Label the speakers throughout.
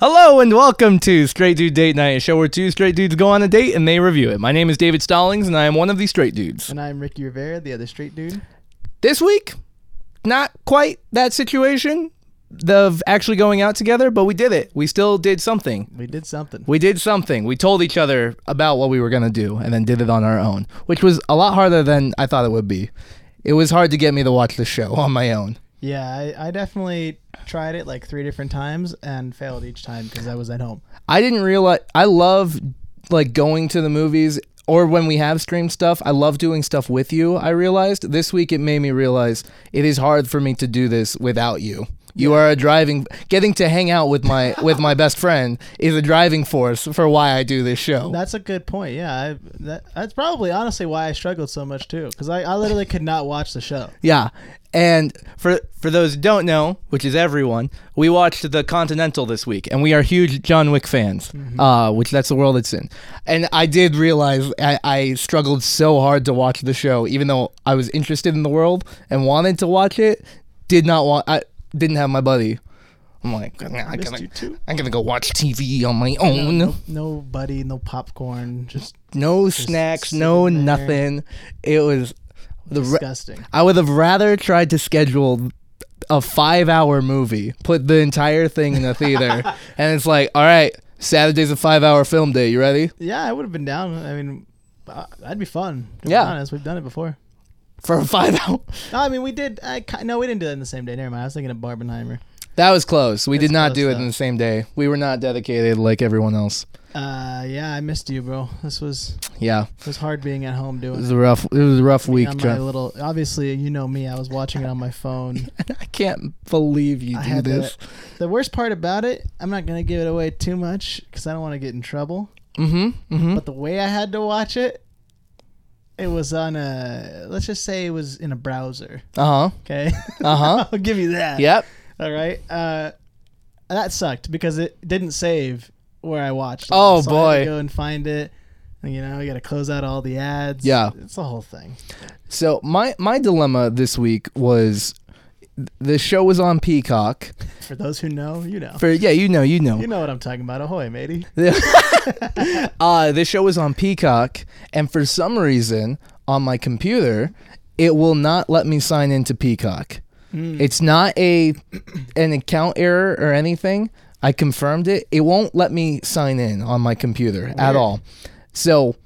Speaker 1: Hello and welcome to Straight Dude Date Night, a show where two straight dudes go on a date and they review it. My name is David Stallings and I am one of the straight dudes.
Speaker 2: And I'm Ricky Rivera, the other straight dude.
Speaker 1: This week, not quite that situation of actually going out together, but we did it. We still did something.
Speaker 2: We did something.
Speaker 1: We did something. We told each other about what we were going to do and then did it on our own, which was a lot harder than I thought it would be. It was hard to get me to watch the show on my own.
Speaker 2: Yeah, I, I definitely tried it like three different times and failed each time because I was at home.
Speaker 1: I didn't realize I love like going to the movies or when we have streamed stuff. I love doing stuff with you. I realized this week it made me realize it is hard for me to do this without you. You are a driving getting to hang out with my with my best friend is a driving force for why I do this show.
Speaker 2: That's a good point. Yeah, I, that, that's probably honestly why I struggled so much too because I, I literally could not watch the show.
Speaker 1: Yeah. And for for those who don't know, which is everyone, we watched The Continental this week, and we are huge John Wick fans,
Speaker 2: Mm-hmm.
Speaker 1: uh, which that's the world it's in. And I did realize I, I struggled so hard to watch the show, even though I was interested in the world and wanted to watch it. Did not want. I didn't have my buddy. I'm like, "Nah, I'm
Speaker 2: Missed
Speaker 1: gonna,
Speaker 2: you too.
Speaker 1: I'm gonna go watch TV on my own.
Speaker 2: No, no buddy, no popcorn, just
Speaker 1: No snacks,
Speaker 2: sitting
Speaker 1: no
Speaker 2: there.
Speaker 1: nothing. It was the re-
Speaker 2: disgusting.
Speaker 1: I would have rather tried to schedule a five hour movie, put the entire thing in the theater, and it's like, all right, Saturday's a five hour film day. You ready?
Speaker 2: Yeah, I would have been down. I mean, uh, that'd be fun. To
Speaker 1: Yeah.
Speaker 2: be honest, we've done it before.
Speaker 1: For a five hour.
Speaker 2: No, I mean, we did. I, ki- no, we didn't do that in the same day. Never mind. I was thinking of Barbenheimer.
Speaker 1: That was close. We did
Speaker 2: It's
Speaker 1: not
Speaker 2: close,
Speaker 1: do it
Speaker 2: though.
Speaker 1: in the same day. We were not dedicated like everyone else.
Speaker 2: Uh, yeah, I missed you, bro. This was
Speaker 1: Yeah,
Speaker 2: it was hard being at home doing
Speaker 1: it
Speaker 2: it.
Speaker 1: was a rough. It was a rough week.
Speaker 2: on my
Speaker 1: John.
Speaker 2: little obviously you know me i was watching it on my phone
Speaker 1: I can't believe you
Speaker 2: I
Speaker 1: do
Speaker 2: had
Speaker 1: this.
Speaker 2: the worst part about it i'm not gonna give it away too much because i don't want to get in trouble
Speaker 1: Mm-hmm. Mm-hmm.
Speaker 2: but the way i had to watch it it was on a let's just say it was in a browser
Speaker 1: Uh huh.
Speaker 2: okay
Speaker 1: Uh-huh.
Speaker 2: i'll give you that
Speaker 1: Yep.
Speaker 2: all right uh that sucked because it didn't save where i watched it.
Speaker 1: Oh,
Speaker 2: So I
Speaker 1: boy.
Speaker 2: had to go and find it And, you know you gotta close out all the ads
Speaker 1: Yeah.
Speaker 2: it's the whole thing
Speaker 1: So my my dilemma this week was the show was on Peacock.
Speaker 2: for those who know you know
Speaker 1: For yeah, you know, you know.
Speaker 2: you know what i'm talking about ahoy matey
Speaker 1: uh, this show is on Peacock, and for some reason on my computer, it will not let me sign into Peacock. It's not a an account error or anything. I confirmed it. It won't let me sign in on my computer at
Speaker 2: Weird.
Speaker 1: all. So,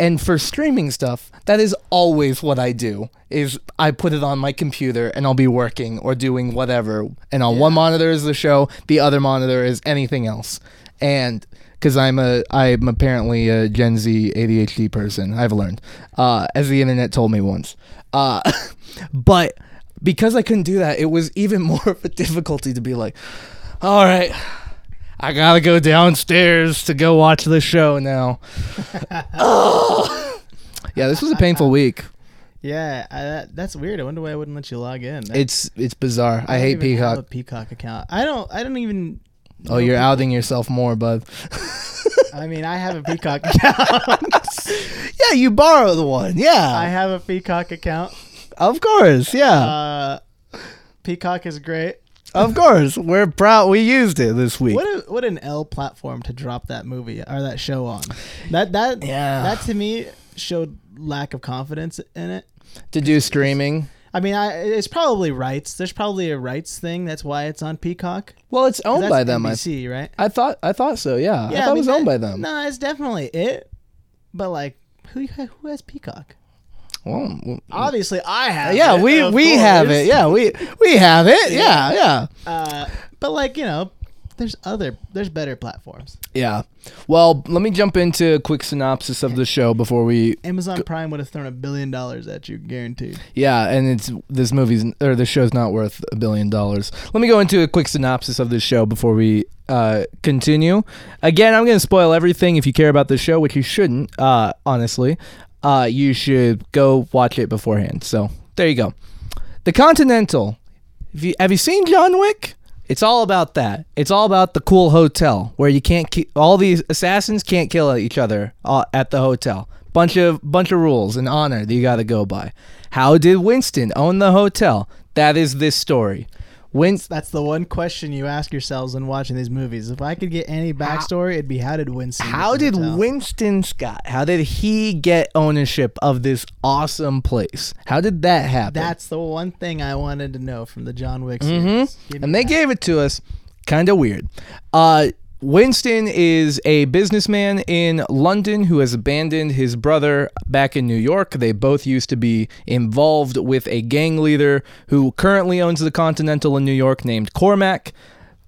Speaker 1: and for streaming stuff, that is always what I do. Is I put it on my computer and I'll be working or doing whatever, and on one monitor is the show, the other monitor is anything else. And because I'm a I'm apparently a Gen Z ADHD person, I've learned, uh, as the internet told me once. Uh, but because I couldn't do that, it was even more of a difficulty to be like, all right. I gotta go downstairs to go watch the show now. Yeah, this was a painful week.
Speaker 2: Yeah, I, that, that's weird. I wonder why I wouldn't let you log in. That-
Speaker 1: It's it's bizarre. I,
Speaker 2: don't
Speaker 1: hate
Speaker 2: even have a
Speaker 1: Peacock.
Speaker 2: Peacock account. I don't. I don't even.
Speaker 1: Oh, you're outing yourself more, bud.
Speaker 2: I mean, I have a Peacock account.
Speaker 1: Yeah, you borrowed one.
Speaker 2: I
Speaker 1: Yeah,
Speaker 2: have a Peacock account.
Speaker 1: of course. Yeah,
Speaker 2: Uh, Peacock is great.
Speaker 1: of course. We're proud. We used it this week.
Speaker 2: What a, what an L platform to drop that movie or that show on. That that
Speaker 1: Yeah.
Speaker 2: That to me showed lack of confidence in it.
Speaker 1: To do streaming.
Speaker 2: I mean, I, it's probably rights. There's probably a rights thing. That's why it's on Peacock.
Speaker 1: Well, it's owned
Speaker 2: That's
Speaker 1: by them. I,
Speaker 2: NBC, right?
Speaker 1: I thought. I thought so. Yeah. I thought it was
Speaker 2: mean,
Speaker 1: owned by
Speaker 2: that-
Speaker 1: them.
Speaker 2: No, it's definitely it. But like, who who has Peacock?
Speaker 1: Well, w-
Speaker 2: Obviously, I have.
Speaker 1: Uh, yeah,
Speaker 2: it,
Speaker 1: we
Speaker 2: of
Speaker 1: we
Speaker 2: course.
Speaker 1: have it. Yeah, we we have it. Yeah, yeah,
Speaker 2: Uh, but like you know, there's other there's better platforms.
Speaker 1: yeah. Well, let me jump into a quick synopsis of the show before we
Speaker 2: Amazon Prime would have thrown a billion dollars at you, guaranteed.
Speaker 1: Yeah, and it's this movie's or this show's not worth a billion dollars. Let me go into a quick synopsis of this show before we uh, continue. Again, I'm going to spoil everything. If you care about this show, which you shouldn't, uh, honestly, uh, you should go watch it beforehand. So there you go. The Continental. Have you, have you seen John Wick? It's all about that. It's all about the cool hotel where you can't ki- all these assassins can't kill each other uh, at the hotel. Bunch of bunch of rules and honor that you got to go by. How did Winston own the hotel? That is this story. When
Speaker 2: That's the one question you ask yourselves when watching these movies. If I could get any backstory, it'd be how did Winston? get
Speaker 1: how
Speaker 2: the
Speaker 1: did
Speaker 2: hotel?
Speaker 1: Winston Scott? How did he get ownership of this awesome place? How did that happen?
Speaker 2: That's the one thing I wanted to know from the John Wick
Speaker 1: hmm
Speaker 2: series. Give me
Speaker 1: And they
Speaker 2: that.
Speaker 1: gave it to us. Kind of weird. Uh, Winston is a businessman in London who has abandoned his brother back in New York. They both used to be involved with a gang leader who currently owns the Continental in New York named Cormac.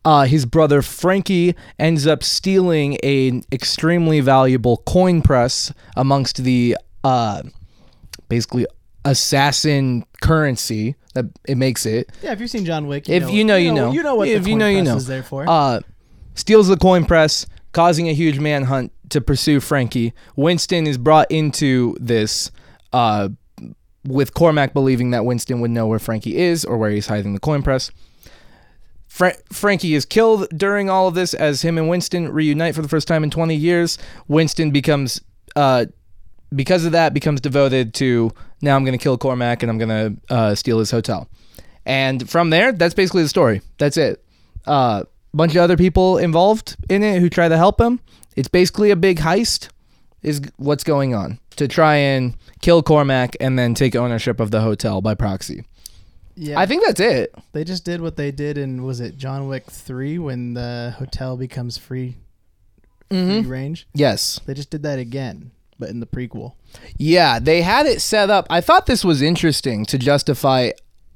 Speaker 1: Uh, his brother Frankie ends up stealing an extremely valuable coin press amongst the uh, basically assassin currency that it makes it.
Speaker 2: Yeah, if you've seen John Wick, you
Speaker 1: If
Speaker 2: know,
Speaker 1: you know, you know.
Speaker 2: You know what
Speaker 1: If
Speaker 2: the
Speaker 1: you
Speaker 2: coin
Speaker 1: know, you
Speaker 2: press
Speaker 1: know.
Speaker 2: is there for.
Speaker 1: Uh, steals the coin press, causing a huge manhunt to pursue Frankie. Winston is brought into this uh, with Cormac believing that Winston would know where Frankie is or where he's hiding the coin press. Fra- Frankie is killed during all of this as him and Winston reunite for the first time in 20 years. Winston becomes, uh, because of that, becomes devoted to now I'm going to kill Cormac and I'm going to uh, steal his hotel. And from there, that's basically the story. That's it. A uh, bunch of other people involved in it who try to help him. It's basically a big heist, is what's going on to try and kill Cormac and then take ownership of the hotel by proxy.
Speaker 2: yeah,
Speaker 1: I think that's it.
Speaker 2: they just did what they did in was it John Wick three when the hotel becomes free, free range.
Speaker 1: Yes.
Speaker 2: They just did that again, but in the prequel.
Speaker 1: Yeah, they had it set up. I thought this was interesting to justify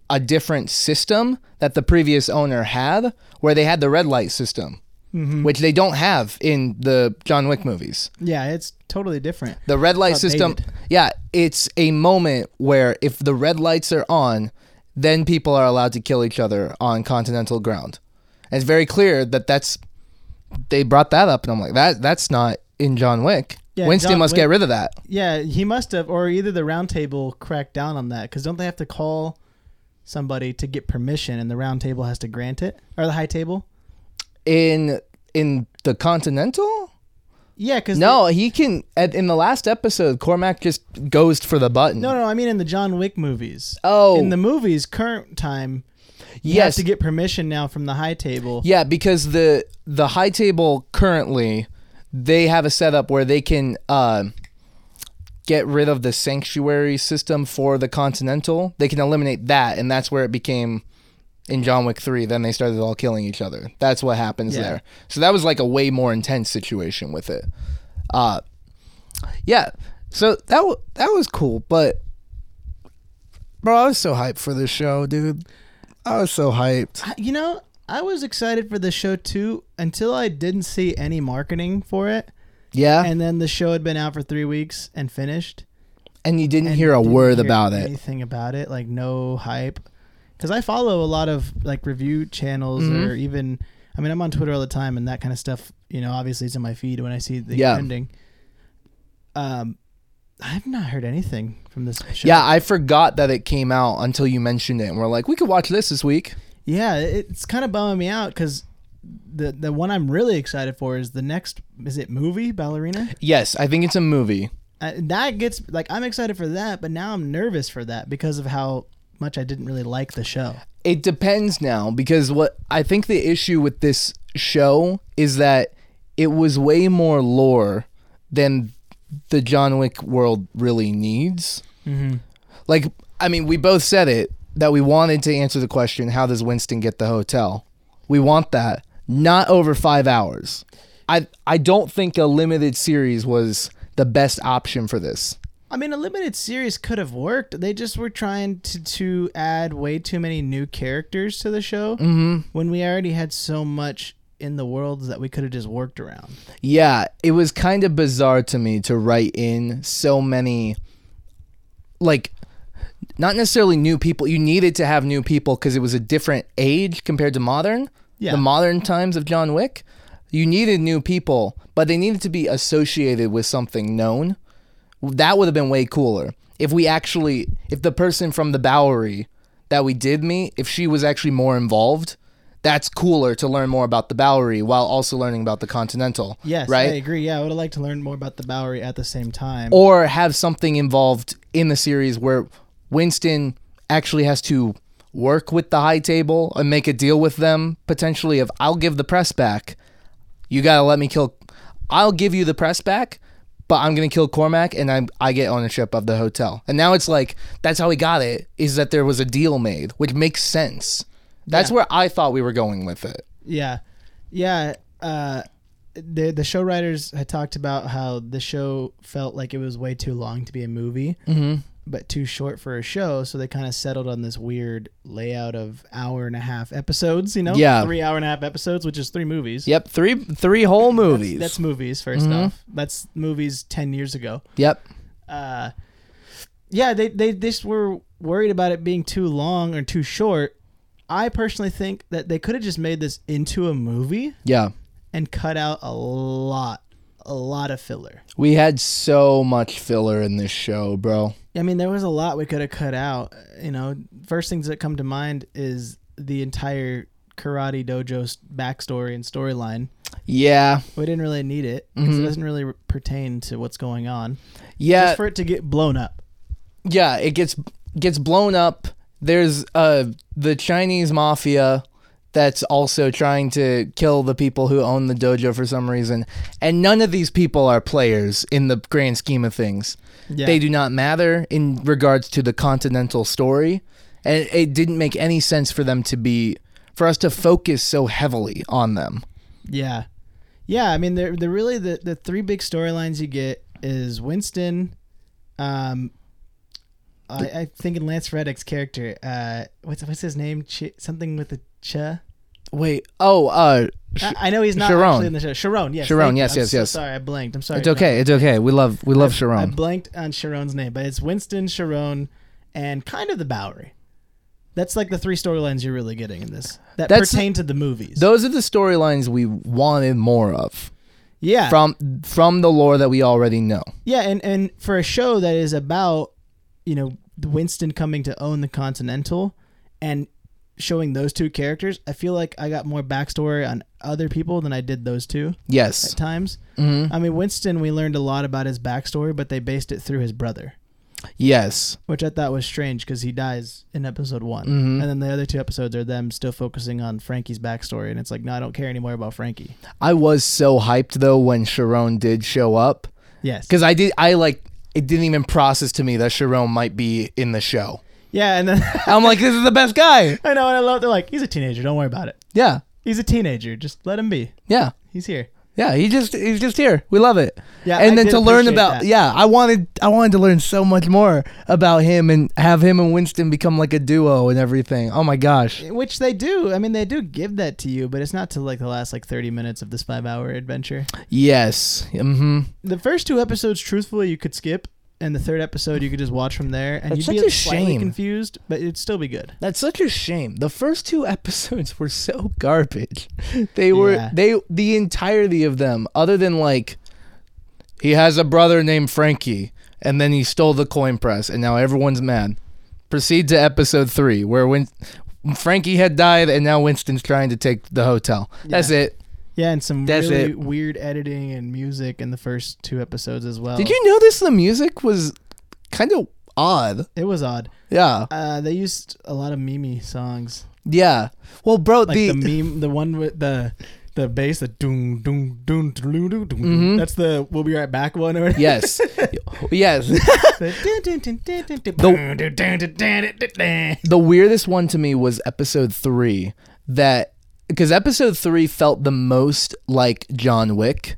Speaker 1: a different system that the previous owner had, where they had the red light system,
Speaker 2: Mm-hmm.
Speaker 1: which they don't have in the John Wick movies.
Speaker 2: Yeah, it's totally different.
Speaker 1: The red light
Speaker 2: Outdated.
Speaker 1: system, yeah, it's a moment where if the red lights are on, then people are allowed to kill each other on continental ground. And it's very clear that that's they brought that up, and I'm like, that that's not in John Wick.
Speaker 2: Yeah,
Speaker 1: Winston
Speaker 2: John
Speaker 1: must
Speaker 2: Wick-
Speaker 1: get rid of that.
Speaker 2: Yeah, he must have, or either the round table cracked down on that because don't they have to call somebody to get permission, and the round table has to grant it, or the high table?
Speaker 1: in in the Continental?
Speaker 2: Yeah, because
Speaker 1: No, he can. At, in the last episode, Cormac just goes for the button.
Speaker 2: no, no, I mean in the John Wick movies.
Speaker 1: Oh,
Speaker 2: in the movies, current time, you
Speaker 1: yes,
Speaker 2: have to get permission now from the high table.
Speaker 1: yeah, because the the high table currently they have a setup where they can uh, get rid of the sanctuary system for the Continental. They can eliminate that, and that's where it became. In John Wick 3, then they started all killing each other. That's what happens
Speaker 2: Yeah.
Speaker 1: there. So that was like a way more intense situation with it. Uh, yeah. So that w- that was cool, but bro, I was so hyped for this show, dude. I was so hyped.
Speaker 2: I- You know, I was excited for the show too until I didn't see any marketing for it,
Speaker 1: Yeah, and,
Speaker 2: and then the show had been out for three weeks and finished.
Speaker 1: you didn't
Speaker 2: and
Speaker 1: hear a
Speaker 2: didn't
Speaker 1: word
Speaker 2: hear
Speaker 1: about it.
Speaker 2: Anything about it? Like no hype. Because I follow a lot of like review channels or even, I mean, I'm on Twitter all the time and that kind of stuff. You know, obviously it's in my feed when I see the
Speaker 1: Yeah.
Speaker 2: trending. Um, I've not heard anything from this show.
Speaker 1: Yeah, I forgot that it came out until you mentioned it, and we're like, we could watch this this week.
Speaker 2: yeah, it's kind of bumming me out because the the one I'm really excited for is the next. Is it movie Ballerina?
Speaker 1: Yes, I think it's a movie.
Speaker 2: Uh, that gets like I'm excited for that, but now I'm nervous for that because of how much I didn't really like the show.
Speaker 1: It depends now because what I think the issue with this show is that it was way more lore than the John Wick world really needs. Like, I mean, we both said it that we wanted to answer the question how does Winston get the hotel? We want that, not over five hours. I, I don't think a limited series was the best option for this.
Speaker 2: I mean, a limited series could have worked. They just were trying to, to add way too many new characters to the show when we already had so much in the world that we could have just worked around.
Speaker 1: Yeah, it was kind of bizarre to me to write in so many, like, not necessarily new people. You needed to have new people because it was a different age compared to modern,
Speaker 2: Yeah.
Speaker 1: the modern times of John Wick. You needed new people, but they needed to be associated with something known. That would have been way cooler if we actually, if the person from the Bowery that we did meet, if she was actually more involved. That's cooler to learn more about the Bowery while also learning about the Continental.
Speaker 2: Yes,
Speaker 1: right
Speaker 2: I agree. Yeah, I would have liked to learn more about the Bowery at the same time.
Speaker 1: or have something involved in the series where Winston actually has to work with the high table and make a deal with them potentially of I'll give the press back. You gotta let me kill. I'll give you the press back, but I'm gonna kill Cormac and I I get ownership of the hotel. And now it's like that's how he got it is that there was a deal made, which makes sense. That's
Speaker 2: Yeah.
Speaker 1: where I thought we were going with it.
Speaker 2: Yeah, yeah. Uh, the the show writers had talked about how the show felt like it was way too long to be a movie, but too short for a show. So they kind of settled on this weird layout of hour and a half episodes. You know,
Speaker 1: Yeah.
Speaker 2: three hour and a half episodes, which is three movies.
Speaker 1: Yep, three three whole movies.
Speaker 2: That's movies 1st off. That's movies ten years ago.
Speaker 1: yep.
Speaker 2: Uh, yeah, they they just were worried about it being too long or too short. I personally think that they could have just made this into a movie
Speaker 1: Yeah.
Speaker 2: and cut out a lot, a lot of filler.
Speaker 1: We had so much filler in this show, bro.
Speaker 2: I mean, there was a lot we could have cut out. You know, first things that come to mind is the entire karate dojo's backstory and storyline.
Speaker 1: Yeah.
Speaker 2: We didn't really need it because it doesn't really pertain to what's going on.
Speaker 1: Yeah.
Speaker 2: just for it to get blown up.
Speaker 1: yeah, it gets gets blown up. There's uh the Chinese mafia that's also trying to kill the people who own the dojo for some reason. And none of these people are players in the grand scheme of things.
Speaker 2: Yeah.
Speaker 1: They do not matter in regards to the continental story. And it didn't make any sense for them to be for us to focus so heavily on them.
Speaker 2: Yeah, yeah. I mean, they're, they're really the the three big storylines you get is Winston, um, I, I think in Lance Reddick's character, uh, what's what's his name? Ch- something with a ch.
Speaker 1: Wait, oh, uh sh-
Speaker 2: I, I know he's not
Speaker 1: Sharon.
Speaker 2: actually in the show. Sharon, yes.
Speaker 1: Sharon,
Speaker 2: thank you.
Speaker 1: yes,
Speaker 2: I'm
Speaker 1: yes,
Speaker 2: so
Speaker 1: yes.
Speaker 2: Sorry, I blanked. I'm sorry.
Speaker 1: it's okay. It's okay. We love we love
Speaker 2: I
Speaker 1: Sharon.
Speaker 2: blanked on Sharon's name, but it's Winston, Sharon, and kind of the Bowery. That's like the three storylines you're really getting in this that
Speaker 1: That's-
Speaker 2: pertain to the movies.
Speaker 1: Those are the storylines we wanted more of.
Speaker 2: yeah,
Speaker 1: from from the lore that we already know.
Speaker 2: Yeah, and and for a show that is about, you know, Winston coming to own the Continental and showing those two characters, I feel like I got more backstory on other people than I did those two
Speaker 1: Yes.
Speaker 2: at times. I mean, Winston, we learned a lot about his backstory, but they based it through his brother,
Speaker 1: Yes.
Speaker 2: which I thought was strange because he dies in episode one, and then the other two episodes are them still focusing on Frankie's backstory, and it's like, no, I don't care anymore about Frankie.
Speaker 1: I was so hyped though when Sharon did show up
Speaker 2: Yes,
Speaker 1: cuz I did I like it didn't even process to me that Sharon might be in the show.
Speaker 2: yeah, and then
Speaker 1: I'm like this is the best guy.
Speaker 2: I know, and I love. They're like, he's a teenager. Don't worry about it.
Speaker 1: Yeah.
Speaker 2: He's a teenager. Just let him be.
Speaker 1: Yeah.
Speaker 2: He's here.
Speaker 1: Yeah, he just he's just here. We love it.
Speaker 2: Yeah,
Speaker 1: and
Speaker 2: I
Speaker 1: then
Speaker 2: did
Speaker 1: to learn
Speaker 2: appreciate
Speaker 1: about
Speaker 2: that.
Speaker 1: yeah, I wanted I wanted to learn so much more about him and have him and Winston become like a duo and everything. Oh my gosh.
Speaker 2: Which they do. I mean, they do give that to you, but it's not till like the last like 30 minutes of this five hour adventure.
Speaker 1: Yes. Mhm.
Speaker 2: The first two episodes, truthfully, you could skip, and the third episode you could just watch from there, and
Speaker 1: That's
Speaker 2: you'd
Speaker 1: such
Speaker 2: be
Speaker 1: a
Speaker 2: slightly
Speaker 1: shame.
Speaker 2: confused, but it'd still be good.
Speaker 1: That's such a shame. The first two episodes were so garbage. They were
Speaker 2: Yeah.
Speaker 1: they the entirety of them, other than like he has a brother named Frankie, and then he stole the coin press, and now everyone's mad. Proceed to episode three, where when Frankie had died, and now Winston's trying to take the hotel. That's it.
Speaker 2: Yeah, and some
Speaker 1: That's
Speaker 2: really
Speaker 1: it.
Speaker 2: weird editing and music in the first two episodes as well.
Speaker 1: Did you notice the music was kind of odd?
Speaker 2: It was odd.
Speaker 1: Yeah,
Speaker 2: Uh, they used a lot of Mimi songs,
Speaker 1: yeah. Well, bro,
Speaker 2: like the, meme, the one with the the bass, the doom doom doom doom doom.
Speaker 1: Mm-hmm.
Speaker 2: doom. That's the "We'll Be Right Back" one, or
Speaker 1: yes, yes.
Speaker 2: the
Speaker 1: the weirdest one to me was episode three that because episode three felt the most like john wick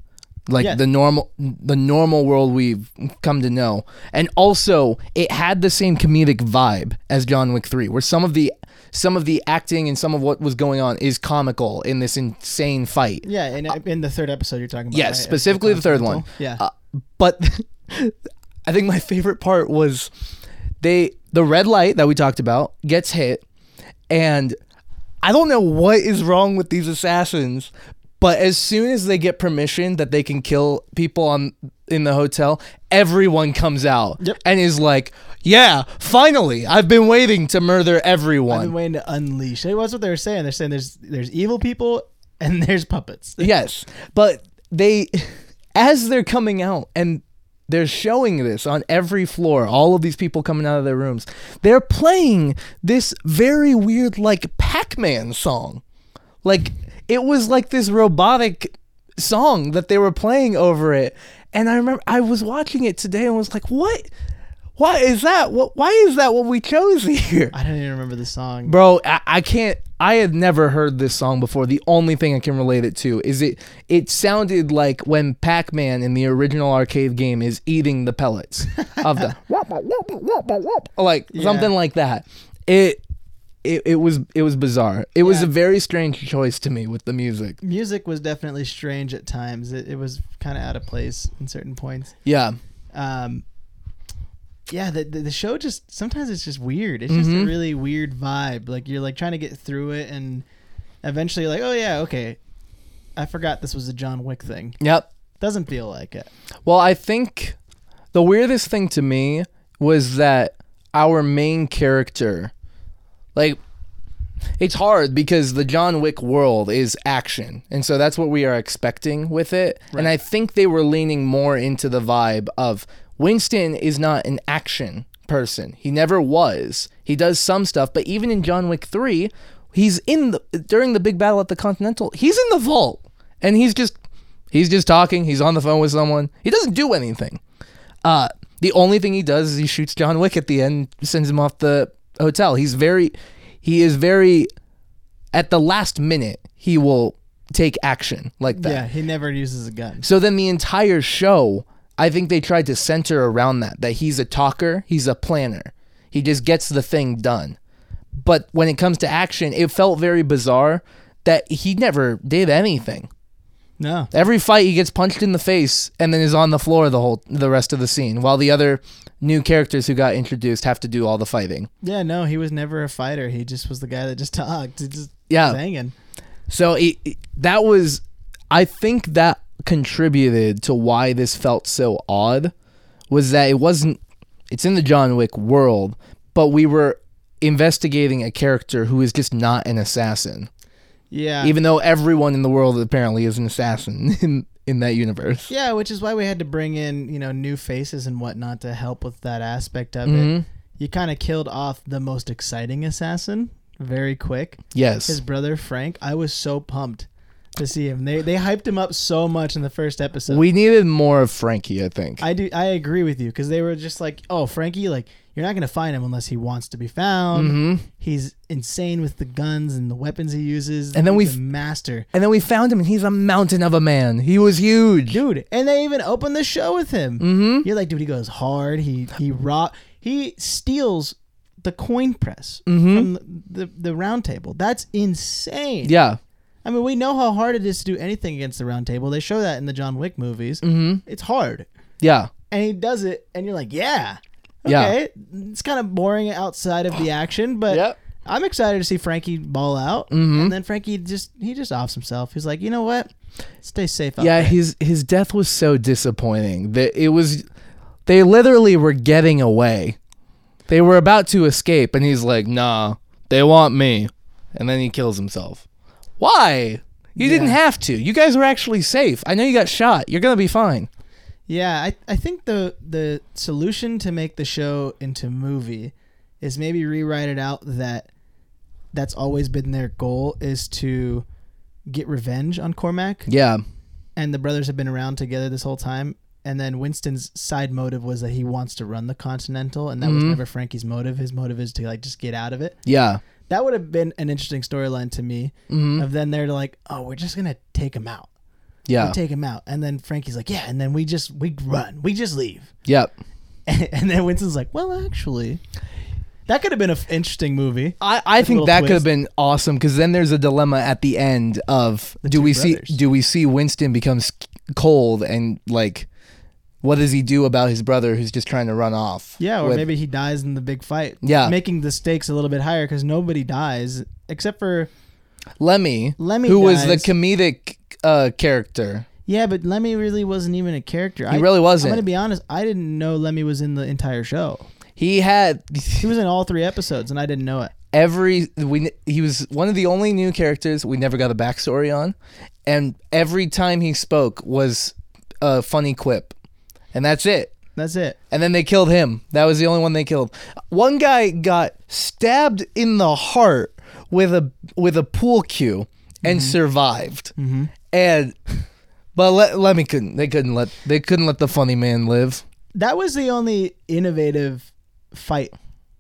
Speaker 1: like
Speaker 2: Yes.
Speaker 1: the normal the normal world we've come to know and also it had the same comedic vibe as john wick 3 where some of the some of the acting and some of what was going on is comical in this insane fight
Speaker 2: yeah in, in the third episode you're talking about
Speaker 1: Yes,
Speaker 2: right?
Speaker 1: specifically the third one.
Speaker 2: yeah
Speaker 1: Uh, but I think my favorite part was they the red light that we talked about gets hit, and I don't know what is wrong with these assassins, but as soon as they get permission that they can kill people on in the hotel, everyone comes out
Speaker 2: Yep.
Speaker 1: and is like, "Yeah, finally! I've been waiting to murder
Speaker 2: i've
Speaker 1: everyone."
Speaker 2: been waiting to unleash it was what they were saying they're saying there's there's evil people and there's puppets
Speaker 1: yes, but they as they're coming out and They're showing this on every floor, all of these people coming out of their rooms. They're playing this very weird, like, Pac Man song. Like, it was like this robotic song that they were playing over it. And I remember I was watching it today and was like, what? Why is that? What? Why is that what we chose here?
Speaker 2: I don't even remember the song.
Speaker 1: Bro, I, I can't. I had never heard this song before. The only thing I can relate it to is it. It sounded like when Pac-Man in the original arcade game is eating the pellets of the like something like that. It, it it was it was bizarre. It was
Speaker 2: Yeah.
Speaker 1: a very strange choice to me with the music.
Speaker 2: Music was definitely strange at times. It, it was kind of out of place in certain points.
Speaker 1: Yeah,
Speaker 2: Um, yeah, the, the the show just sometimes it's just weird. It's
Speaker 1: Mm-hmm.
Speaker 2: just a really weird vibe. Like you're like trying to get through it, and eventually you're like, oh yeah, okay, I forgot this was a John Wick thing.
Speaker 1: yep.
Speaker 2: Doesn't feel like it.
Speaker 1: Well, I think the weirdest thing to me was that our main character, like, it's hard because the John Wick world is action. And so that's what we are expecting with it. And I think they were leaning more into the vibe of Winston is not an action person. He never was. He does some stuff, but even in John Wick 3, he's in the during the big battle at the Continental, he's in the vault and he's just He's just talking. He's on the phone with someone. He doesn't do anything. Uh, the only thing he does is he shoots John Wick at the end, sends him off the hotel. He's very, he is very, at the last minute, he will take action like that.
Speaker 2: Yeah, he never uses a gun.
Speaker 1: So then the entire show, I think they tried to center around that, that he's a talker, he's a planner. He just gets the thing done. But when it comes to action, it felt very bizarre that he never did anything.
Speaker 2: No.
Speaker 1: Every fight he gets punched in the face and then is on the floor the whole the rest of the scene while the other new characters who got introduced have to do all the fighting.
Speaker 2: Yeah, no, he was never a fighter. He just was the guy that just talked. He just
Speaker 1: Yeah.
Speaker 2: was hanging.
Speaker 1: So it, it- that was I think that contributed to why this felt so odd was that it wasn't it's in the John Wick world, but we were investigating a character who is just not an assassin.
Speaker 2: Yeah.
Speaker 1: Even though everyone in the world apparently is an assassin in in that universe.
Speaker 2: yeah, which is why we had to bring in, you know, new faces and whatnot to help with that aspect of
Speaker 1: Mm-hmm.
Speaker 2: it. You kind of killed off the most exciting assassin very quick.
Speaker 1: Yes.
Speaker 2: His brother Frank. I was so pumped to see him. They they hyped him up so much in the first episode.
Speaker 1: we needed more of Frankie, I think.
Speaker 2: I do. I agree with you because they were just like, "Oh, Frankie, like you're not gonna find him unless he wants to be found.
Speaker 1: Mm-hmm. Hmm?
Speaker 2: He's insane with the guns and the weapons he uses.
Speaker 1: And then
Speaker 2: He's
Speaker 1: we-
Speaker 2: a master,
Speaker 1: And then we found him, and he's a mountain of a man. He was huge.
Speaker 2: dude. And they even opened the show with him. Mm-hmm. You're like, dude, he goes hard. He he rock. He steals the coin press
Speaker 1: Mm-hmm.
Speaker 2: from the, the the round table. That's insane.
Speaker 1: Yeah.
Speaker 2: I mean, we know how hard it is to do anything against the round table. They show that in the John Wick movies. Mm-hmm. It's hard.
Speaker 1: Yeah.
Speaker 2: and he does it, and you're like, yeah,
Speaker 1: Yeah.
Speaker 2: okay. It's kind of boring outside of the action, but
Speaker 1: Yep. Mm-hmm.
Speaker 2: I'm excited to see Frankie ball out. And then Frankie just he just offs himself. He's like, you know what? Stay safe. Out
Speaker 1: Yeah.
Speaker 2: there."
Speaker 1: His his death was so disappointing. That it was, they literally were getting away. They were about to escape, and he's like, "Nah, they want me," and then he kills himself. Why? You didn't have to. You guys were actually safe. I know you got shot. You're gonna be fine.
Speaker 2: yeah. I I think the the solution to make the show into movie is maybe rewrite it out that that's always been their goal is to get revenge on Cormac.
Speaker 1: Yeah.
Speaker 2: and the brothers have been around together this whole time. And then Winston's side motive was that he wants to run the Continental, and that was
Speaker 1: Mm-hmm.
Speaker 2: never Frankie's motive. His motive is to like just get out of it.
Speaker 1: Yeah.
Speaker 2: That would have been an interesting storyline to me.
Speaker 1: Mm-hmm.
Speaker 2: Of then they're like, oh, we're just gonna take him out, We
Speaker 1: Yeah.
Speaker 2: take him out, and then Frankie's like, yeah, and then we just we run, we just leave,
Speaker 1: Yep.
Speaker 2: and, then Winston's like, well, actually, that could have been an interesting movie.
Speaker 1: I, I think
Speaker 2: little
Speaker 1: that could have
Speaker 2: twist.
Speaker 1: been awesome because then there's a dilemma at the end of do
Speaker 2: two
Speaker 1: we see
Speaker 2: brothers.
Speaker 1: do we see Winston becomes cold and like what does he do about his brother who's just trying to run off?
Speaker 2: Yeah, or
Speaker 1: with-
Speaker 2: maybe he dies in the big fight.
Speaker 1: Yeah.
Speaker 2: making the stakes a little bit higher because nobody dies except for
Speaker 1: Lemmy,
Speaker 2: Lemmy
Speaker 1: who was the
Speaker 2: dies.
Speaker 1: comedic uh, character.
Speaker 2: Yeah, but Lemmy really wasn't even a character. He I,
Speaker 1: really wasn't.
Speaker 2: I'm gonna be honest. I didn't know Lemmy was in the entire show.
Speaker 1: He had
Speaker 2: He was in all three episodes, and I didn't know it.
Speaker 1: every we n- he was one of the only new characters we never got a backstory on, and every time he spoke was a funny quip, and that's it.
Speaker 2: That's it.
Speaker 1: And then they killed him. That was the only one they killed. One guy got stabbed in the heart with a with a pool cue and
Speaker 2: Mm-hmm.
Speaker 1: survived. And but let, let me couldn't they couldn't let they couldn't let the funny man live.
Speaker 2: That was the only innovative fight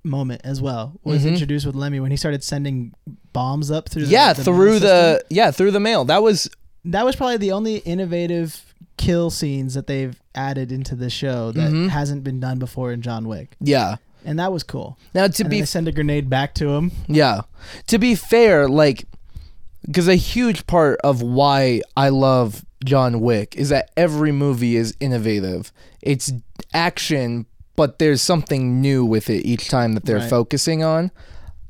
Speaker 2: moment as well. Was
Speaker 1: Mm-hmm.
Speaker 2: introduced with Lemmy when he started sending bombs up through. The,
Speaker 1: Yeah,
Speaker 2: the
Speaker 1: through
Speaker 2: system.
Speaker 1: the yeah through the mail. That was
Speaker 2: That was probably the only innovative kill scenes that they've added into the show that
Speaker 1: Mm-hmm.
Speaker 2: hasn't been done before in John Wick,
Speaker 1: yeah.
Speaker 2: and that was cool.
Speaker 1: Now to
Speaker 2: and then
Speaker 1: be
Speaker 2: they send a grenade back to him.
Speaker 1: Yeah. To be fair, like, because a huge part of why I love John Wick is that every movie is innovative. It's action, but there's something new with it each time that they're
Speaker 2: Right.
Speaker 1: focusing on.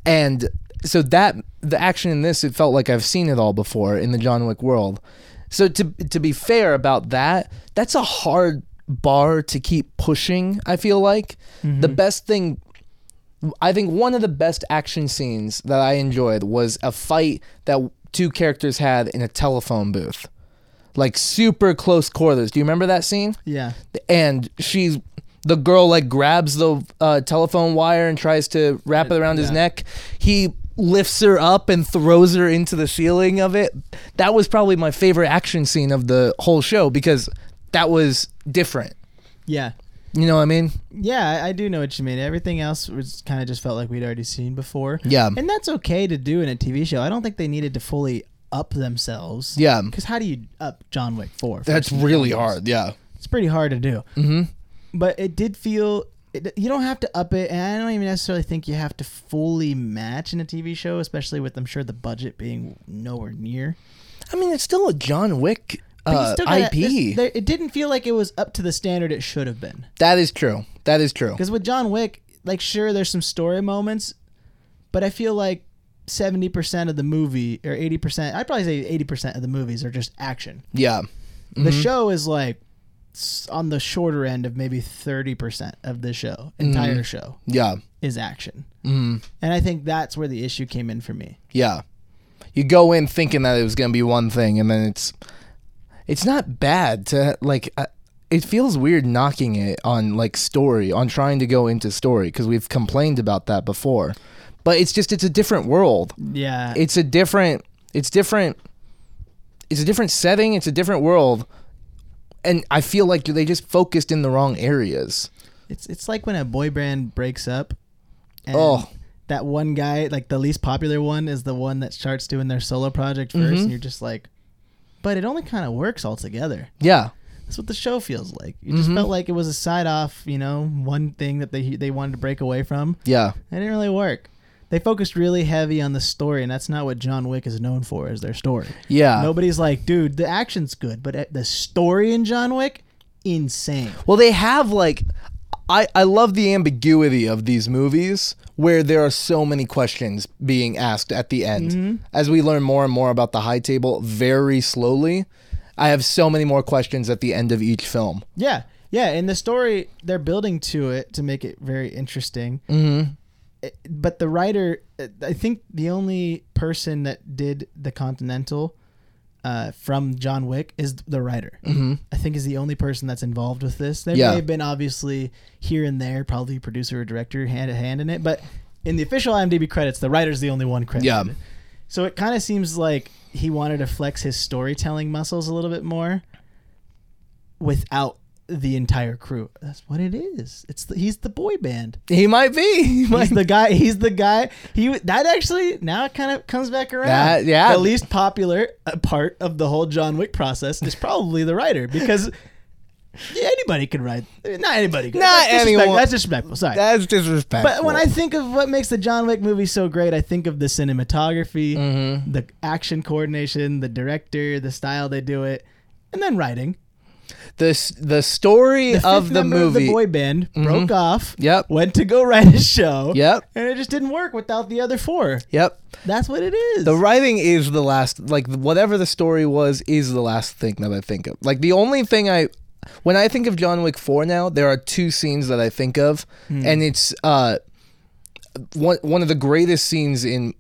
Speaker 1: And so that the action in this, it felt like I've seen it all before in the John Wick world. So to to be fair about that, that's a hard bar to keep pushing. I feel like the best thing I think one of the best action scenes that I enjoyed was a fight that two characters had in a telephone booth. Like super close quarters. Do you remember that scene?
Speaker 2: Yeah,
Speaker 1: And she's the girl like grabs the uh, telephone wire and tries to wrap it around his
Speaker 2: Yeah.
Speaker 1: neck. He lifts her up and throws her into the ceiling of it. That was probably my favorite action scene of the whole show because that was different.
Speaker 2: yeah,
Speaker 1: You know what I mean?
Speaker 2: yeah. I, I do know what you mean. Everything else was kind of just felt like we'd already seen before.
Speaker 1: Yeah.
Speaker 2: and that's okay to do in a TV show. I don't think they needed to fully up themselves.
Speaker 1: Yeah.
Speaker 2: because how do you up John Wick Four?
Speaker 1: That's really hard. Yeah.
Speaker 2: It's pretty hard to do. Mm-hmm. But it did feel. It, you don't have to up it, and I don't even necessarily think you have to fully match in a TV show, especially with I'm sure the budget being nowhere near.
Speaker 1: I mean, it's still a John Wick
Speaker 2: But you
Speaker 1: uh,
Speaker 2: still gotta-
Speaker 1: IP.
Speaker 2: this- there- it didn't feel like it was up to the standard it should have been.
Speaker 1: that is true. That is true.
Speaker 2: Because with John Wick, like sure, there's some story moments, but I feel like seventy percent of the movie or eighty percent, I'd probably say eighty percent of the movies are just action.
Speaker 1: Yeah.
Speaker 2: The show is like s- on the shorter end of maybe thirty percent of the show, entire show
Speaker 1: Yeah.
Speaker 2: is action, mm. and I think that's where the issue came in for me.
Speaker 1: Yeah. You go in thinking that it was going to be one thing and then it's it's not bad to like uh, it feels weird knocking it on like story, on trying to go into story because we've complained about that before. But it's just it's a different world.
Speaker 2: Yeah,
Speaker 1: It's a different it's different it's a different setting, it's a different world. And I feel like they just focused in the wrong areas.
Speaker 2: It's it's like when a boy band breaks up. And
Speaker 1: Oh.
Speaker 2: That one guy, like the least popular one, is the one that starts doing their solo project 1st
Speaker 1: Mm-hmm.
Speaker 2: and you're just like, but it only kind of works all together.
Speaker 1: Yeah.
Speaker 2: That's what the show feels like. It just
Speaker 1: Mm-hmm.
Speaker 2: felt like it was a side off, you know, one thing that they they wanted to break away from.
Speaker 1: Yeah.
Speaker 2: It didn't really work. They focused really heavy on the story, and that's not what John Wick is known for, is their story.
Speaker 1: Yeah.
Speaker 2: Nobody's like, dude, the action's good, but uh, the story in John Wick, insane.
Speaker 1: Well, they have like I I love the ambiguity of these movies where there are so many questions being asked at the end.
Speaker 2: Mm-hmm.
Speaker 1: As we learn more and more about the high table very slowly, I have so many more questions at the end of each film.
Speaker 2: Yeah, yeah, and the story they're building to it to make it very interesting. Mm-hmm. But the writer, uh, I think the only person that did the Continental uh, from John Wick is the writer. Mm-hmm. I think is the only person that's involved with this. There
Speaker 1: Yeah.
Speaker 2: may have been obviously here and there, probably producer or director hand to hand in it, but in the official IMDb credits, the writer's the only one credited.
Speaker 1: Yeah.
Speaker 2: So it kind of seems like he wanted to flex his storytelling muscles a little bit more without the entire crew. That's what it is. It's the, he's the boy band.
Speaker 1: He might be. He might-
Speaker 2: He's the guy. He's the guy. He w- that actually now it kind of comes back around.
Speaker 1: That- yeah.
Speaker 2: The least popular uh, part of the whole John Wick process is probably the writer because anybody can write. Not anybody. Could.
Speaker 1: Not
Speaker 2: that's disrespect-
Speaker 1: anyone.
Speaker 2: That's disrespectful. Sorry.
Speaker 1: That's disrespectful.
Speaker 2: But when I think of what makes the John Wick movie so great, I think of the cinematography,
Speaker 1: Mm-hmm.
Speaker 2: the action coordination, the director, the style they do it, and then writing.
Speaker 1: the s- the story of
Speaker 2: Fifth
Speaker 1: the
Speaker 2: member
Speaker 1: movie. Mm-hmm.
Speaker 2: the boy band broke off.
Speaker 1: Yep.
Speaker 2: Went to go write a show.
Speaker 1: Yep.
Speaker 2: And it just didn't work without the other four.
Speaker 1: yep.
Speaker 2: That's what it is.
Speaker 1: The writing is the last, like whatever the story was, is the last thing that I think of. Like the only thing I, when I think of John Wick Four now, there are two scenes that I think of, and it's uh, one one of the greatest scenes in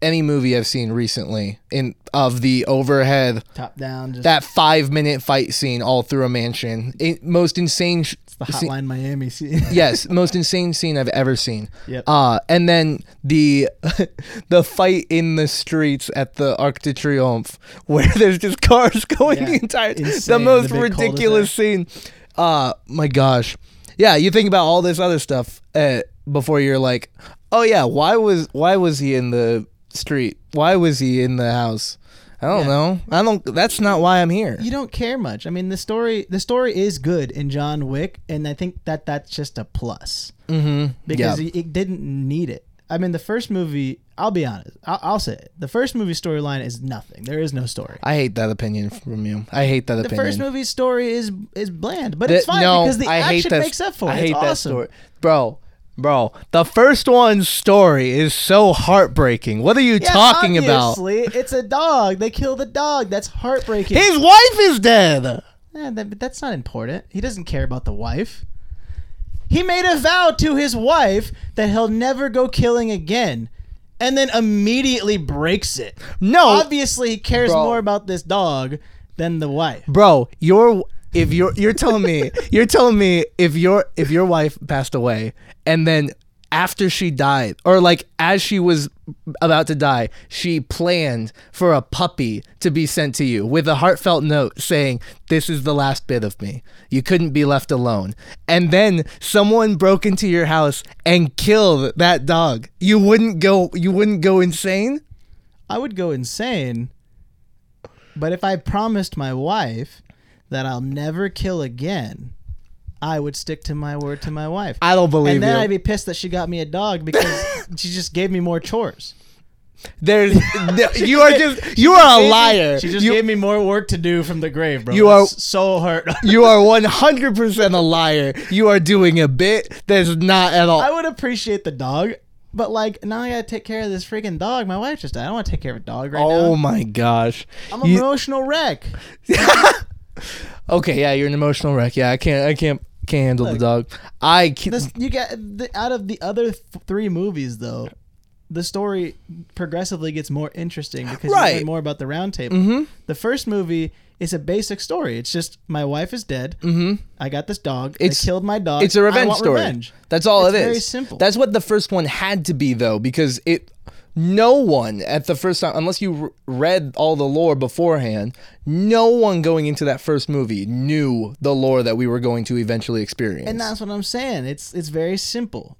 Speaker 1: any movie I've seen recently in of the overhead
Speaker 2: top down. Just
Speaker 1: that five minute fight scene all through a mansion. It, most insane. Sh-
Speaker 2: the
Speaker 1: scene-
Speaker 2: Hotline Miami scene.
Speaker 1: yes, most insane scene I've ever seen.
Speaker 2: Yep.
Speaker 1: Uh, and then the the fight in the streets at the Arc de Triomphe, where there's just cars going
Speaker 2: Yeah,
Speaker 1: the entire
Speaker 2: insane,
Speaker 1: the most
Speaker 2: the big
Speaker 1: ridiculous scene. Uh, my gosh. Yeah, you think about all this other stuff uh, before you're like, oh yeah, why was why was he in the street? Why was he in the house? I don't
Speaker 2: Yeah.
Speaker 1: know. I don't. That's not why I'm here.
Speaker 2: you don't care much. I mean, the story the story is good in John Wick, and I think that that's just a plus
Speaker 1: Mm-hmm.
Speaker 2: because
Speaker 1: yeah.
Speaker 2: it, it didn't need it. I mean, the first movie. I'll be honest. I'll, I'll say it. The first movie storyline is nothing. There is no story.
Speaker 1: I hate that opinion from you. I hate that
Speaker 2: The
Speaker 1: opinion.
Speaker 2: first movie's story is is bland, but it's
Speaker 1: That-
Speaker 2: fine because the
Speaker 1: I hate
Speaker 2: action
Speaker 1: that-
Speaker 2: makes up for it.
Speaker 1: I
Speaker 2: It's
Speaker 1: hate that
Speaker 2: awesome.
Speaker 1: story, bro. Bro, the first one's story is so heartbreaking. What are you
Speaker 2: Yeah,
Speaker 1: talking about?
Speaker 2: obviously, It's a dog. They kill the dog. That's heartbreaking.
Speaker 1: His wife is dead.
Speaker 2: Yeah, Eh, that, but that's not important. He doesn't care about the wife. He made a vow to his wife that he'll never go killing again, and then immediately breaks it.
Speaker 1: No,
Speaker 2: Obviously, he cares
Speaker 1: Bro.
Speaker 2: more about this dog than the wife.
Speaker 1: bro, your if you're you're telling me you're telling me if your if your wife passed away and then after she died or like as she was about to die she planned for a puppy to be sent to you with a heartfelt note saying this is the last bit of me you couldn't be left alone and then someone broke into your house and killed that dog you wouldn't go you wouldn't go insane
Speaker 2: I would go insane. But if I promised my wife that I'll never kill again, I would stick to my word to my wife.
Speaker 1: i don't believe
Speaker 2: and then
Speaker 1: you
Speaker 2: I'd be pissed that she got me a dog because she just gave me more chores.
Speaker 1: there's you are just you are a liar
Speaker 2: She just
Speaker 1: You-
Speaker 2: gave me more work to do from the grave, bro.
Speaker 1: You
Speaker 2: That's so hurt.
Speaker 1: You are 100% a liar. You are doing a bit that's not at all.
Speaker 2: I would appreciate the dog, but like now I gotta take care of this freaking dog. My wife just died. I don't want to take care of a dog right
Speaker 1: oh
Speaker 2: now.
Speaker 1: my gosh.
Speaker 2: I'm an
Speaker 1: You-
Speaker 2: emotional wreck.
Speaker 1: okay, yeah, you're an emotional wreck. Yeah, I can't I can't can't handle the dog. I can,
Speaker 2: This you got the, out of the other th- three movies though. The story progressively gets more interesting because you
Speaker 1: Right.
Speaker 2: learn more about the round table. The first movie is a basic story. It's just my wife is dead. Mm-hmm. I got this dog. They
Speaker 1: It's-
Speaker 2: killed my dog.
Speaker 1: it's a
Speaker 2: I
Speaker 1: revenge
Speaker 2: want
Speaker 1: story.
Speaker 2: Revenge.
Speaker 1: That's all
Speaker 2: It's
Speaker 1: it is.
Speaker 2: very simple.
Speaker 1: That's what the first one had to be though because it no one at the first time unless you r- read all the lore beforehand, no one going into that first movie knew the lore that we were going to eventually experience.
Speaker 2: And that's what I'm saying. It's it's very simple.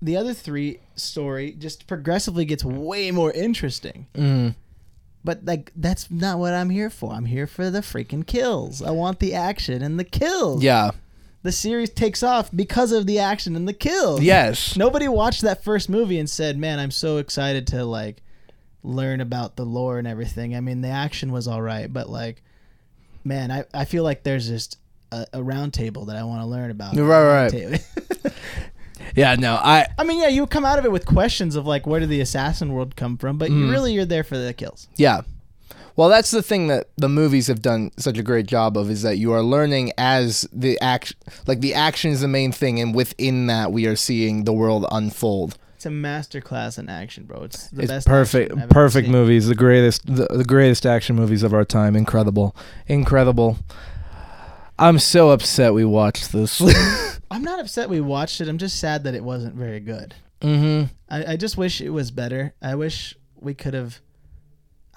Speaker 2: The other three story just progressively gets way more interesting. But like that's not what I'm here for. I'm here for the freaking kills. I want the action and the kills.
Speaker 1: yeah.
Speaker 2: The series takes off because of the action and the kills.
Speaker 1: Yes.
Speaker 2: Nobody watched that first movie and said, "Man, I'm so excited to like learn about the lore and everything." I mean, the action was all right, but like, man, I, I feel like there's just a, a round table that I want to learn about.
Speaker 1: Right, right.
Speaker 2: Table.
Speaker 1: Yeah, no. I
Speaker 2: I mean, yeah, you come out of it with questions of like, where did the assassin world come from? But
Speaker 1: Mm.
Speaker 2: you really, you're there for the kills.
Speaker 1: Yeah. Well, that's the thing that the movies have done such a great job of is that you are learning as the act like the action is the main thing and within that we are seeing the world unfold.
Speaker 2: It's a masterclass in action, bro. It's the
Speaker 1: it's
Speaker 2: best.
Speaker 1: perfect
Speaker 2: action I've ever
Speaker 1: perfect
Speaker 2: seen.
Speaker 1: movies, the greatest the, the greatest action movies of our time. Incredible. Incredible. I'm so upset we watched this.
Speaker 2: I'm not upset we watched it. I'm just sad that it wasn't very good.
Speaker 1: mhm.
Speaker 2: I, I just wish it was better. I wish we could have.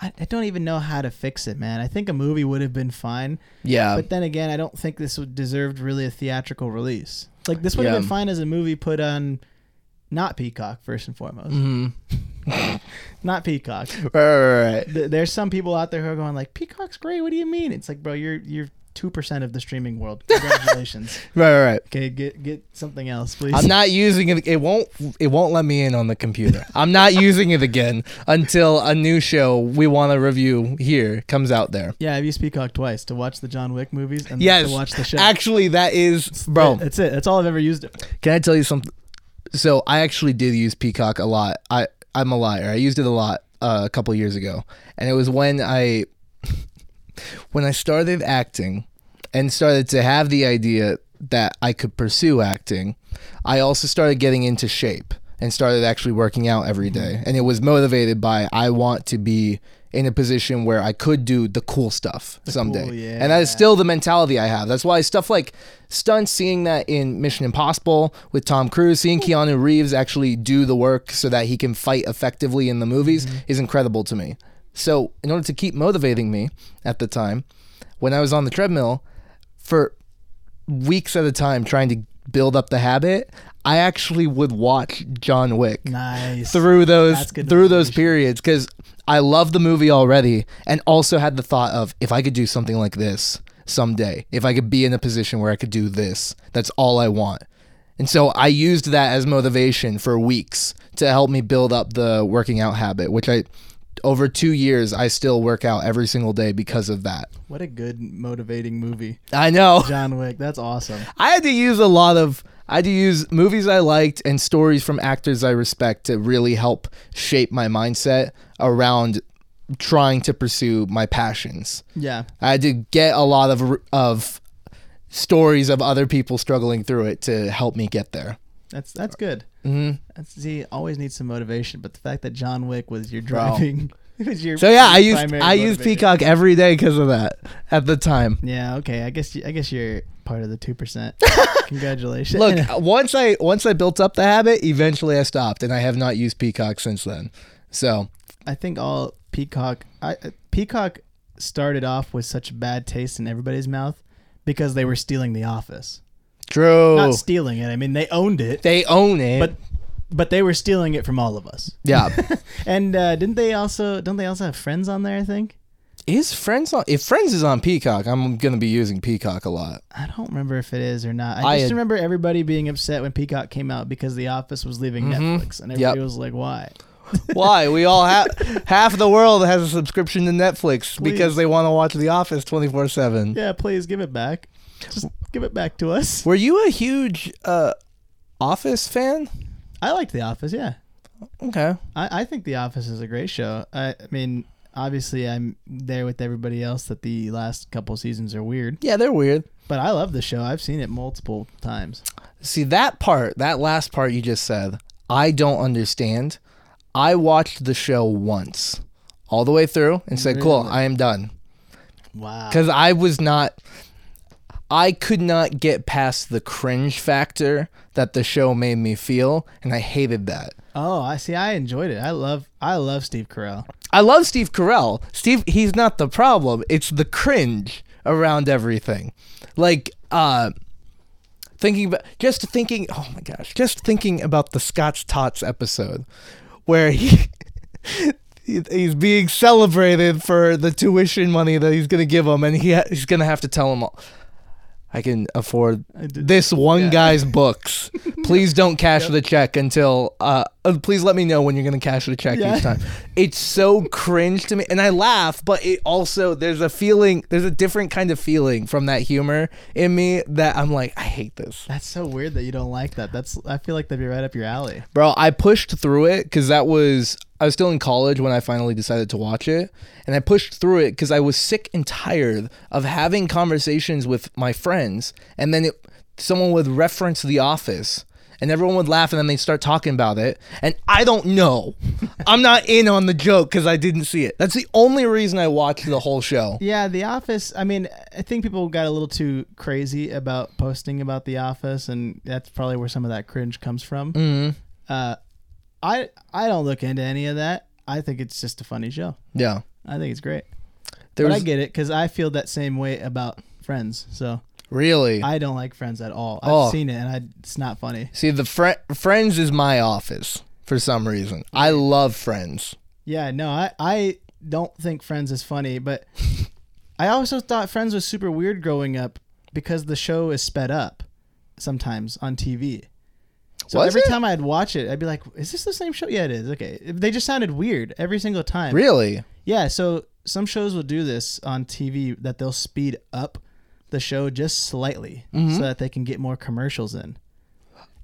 Speaker 2: I, I don't even know how to fix it, man. I think a movie would have been fine,
Speaker 1: Yeah.
Speaker 2: but then again, I don't think this would- deserved really a theatrical release. Like this would
Speaker 1: Yeah.
Speaker 2: have been fine as a movie put on, not Peacock first and foremost,
Speaker 1: mhm.
Speaker 2: not Peacock.
Speaker 1: Right, right, right, right.
Speaker 2: Th- There's some people out there who are going like, Peacock's great. What do you mean? It's like, bro, you're you're two percent of the streaming world. Congratulations.
Speaker 1: Right, right, right.
Speaker 2: okay, get get something else, please.
Speaker 1: I'm not using it. It won't. It won't let me in on the computer. I'm not using it again until a new show we want to review here comes out there.
Speaker 2: yeah, I've used Peacock twice to watch the John Wick movies and
Speaker 1: Yes.
Speaker 2: to watch the show.
Speaker 1: Actually, that is, bro.
Speaker 2: That's it. That's all I've ever used it.
Speaker 1: Can I tell you something? So I actually did use Peacock a lot. I I'm a liar. I used it a lot uh, a couple years ago, and it was when I when I started acting and started to have the idea that I could pursue acting. I also started getting into shape and started actually working out every day.
Speaker 2: Mm-hmm.
Speaker 1: And it was motivated by I want to be in a position where I could do the cool stuff someday.
Speaker 2: cool,
Speaker 1: And that is
Speaker 2: yeah.
Speaker 1: still the mentality I have. That's why stuff like stunts, seeing that in Mission Impossible with Tom Cruise, seeing Keanu Reeves actually do the work so that he can fight effectively in the movies is incredible to me. So, in order to keep motivating me at the time, when I was on the treadmill for weeks at a time trying to build up the habit, I actually would watch John Wick
Speaker 2: Nice.
Speaker 1: through those
Speaker 2: That's good
Speaker 1: through those periods because I love the movie already, and also had the thought of if I could do something like this someday, if I could be in a position where I could do this, that's all I want. And so I used that as motivation for weeks to help me build up the working out habit, which I over two years I still work out every single day because of that.
Speaker 2: what a good motivating movie,
Speaker 1: I know.
Speaker 2: John Wick. That's awesome.
Speaker 1: I had to use a lot of I had to use movies I liked and stories from actors I respect to really help shape my mindset around trying to pursue my passions.
Speaker 2: Yeah.
Speaker 1: I had to get a lot of of stories of other people struggling through it to help me get there.
Speaker 2: That's that's good.
Speaker 1: Mhm.
Speaker 2: That's see, always needs some motivation, but the fact that John Wick was your driving was your
Speaker 1: So yeah, I
Speaker 2: your
Speaker 1: used
Speaker 2: primary
Speaker 1: I used
Speaker 2: motivator.
Speaker 1: Peacock every day because of that at the time.
Speaker 2: Yeah, okay. I guess you, I guess you're part of the two percent. Congratulations.
Speaker 1: Look, once I once I built up the habit, eventually I stopped, and I have not used Peacock since then. So
Speaker 2: I think all Peacock I, uh, Peacock started off with such bad taste in everybody's mouth because they were stealing The Office.
Speaker 1: true.
Speaker 2: Not stealing it. I mean, they owned it,
Speaker 1: they own it.
Speaker 2: but but they were stealing it from all of us.
Speaker 1: yeah.
Speaker 2: And uh, didn't they also? Don't they also have Friends on there? I think.
Speaker 1: Is Friends on? If Friends is on Peacock, I'm gonna be using Peacock a lot.
Speaker 2: I don't remember if it is or not.
Speaker 1: I
Speaker 2: I, just
Speaker 1: had-
Speaker 2: remember everybody being upset when Peacock came out because The Office was leaving
Speaker 1: Mm-hmm.
Speaker 2: Netflix, and everybody was like, "Why?"
Speaker 1: Why? We all have half the world has a subscription to Netflix because they want to watch The Office 24 seven.
Speaker 2: Yeah, please give it back. Just give it back to us.
Speaker 1: Were you a huge uh, Office fan?
Speaker 2: I liked The Office. Yeah,
Speaker 1: Okay.
Speaker 2: I, I think The Office is a great show. I, I mean, obviously, I'm there with everybody else that the last couple seasons are weird,
Speaker 1: Yeah, they're weird.
Speaker 2: but I love the show. I've seen it multiple times.
Speaker 1: See that part, that last part you just said, I don't understand. I watched the show once, all the way through, and said, "Cool, I am done."
Speaker 2: Wow.
Speaker 1: because I was not, I could not get past the cringe factor that the show made me feel, and I hated that.
Speaker 2: Oh, I see. I enjoyed it. I love. I love Steve Carell.
Speaker 1: I love Steve Carell. Steve, he's not the problem. It's the cringe around everything. Like, uh, thinking about just thinking. Oh my gosh, just thinking about the Scott's Tots episode, where he. he- He's being celebrated for the tuition money that he's gonna give him, and he ha- he's gonna have to tell him, "I can afford
Speaker 2: did-
Speaker 1: this one
Speaker 2: yeah.
Speaker 1: guy's books. Please don't cash the check until. Uh, uh, please let me know when you're gonna cash the check
Speaker 2: Yeah.
Speaker 1: each time. It's so cringe to me, and I laugh, but it also there's a feeling, there's a different kind of feeling from that humor in me that I'm like, I hate this,
Speaker 2: That's so weird that you don't like that. That's. I feel like that'd be right up your alley.
Speaker 1: bro. I pushed through it because that was I was still in college when I finally decided to watch it, and I pushed through it because I was sick and tired of having conversations with my friends, and then it, someone would reference The Office. And everyone would laugh, and then they'd start talking about it. And I don't know. I'm not in on the joke because I didn't see it. That's the only reason I watched the whole show.
Speaker 2: Yeah, The Office. I mean, I think people got a little too crazy about posting about The Office, and that's probably where some of that cringe comes from.
Speaker 1: Mhm.
Speaker 2: Uh, I I don't look into any of that. I think it's just a funny show.
Speaker 1: Yeah.
Speaker 2: I think it's great.
Speaker 1: There
Speaker 2: but I
Speaker 1: was
Speaker 2: get it because I feel that same way about Friends. So
Speaker 1: really.
Speaker 2: I don't like Friends at all. I've
Speaker 1: Oh.
Speaker 2: seen it, and I, it's not funny.
Speaker 1: See, the fri Friends is my office for some reason. I love Friends.
Speaker 2: Yeah, no, I, I don't think Friends is funny, but I also thought Friends was super weird growing up because the show is sped up sometimes on TV. So
Speaker 1: Was
Speaker 2: every
Speaker 1: it?
Speaker 2: time I'd watch it, I'd be like, "Is this the same show?" Yeah, it is. Okay, they just sounded weird every single time.
Speaker 1: Really?
Speaker 2: Yeah, so some shows will do this on TV that they'll speed up the show just slightly
Speaker 1: Mm-hmm.
Speaker 2: so that they can get more commercials in.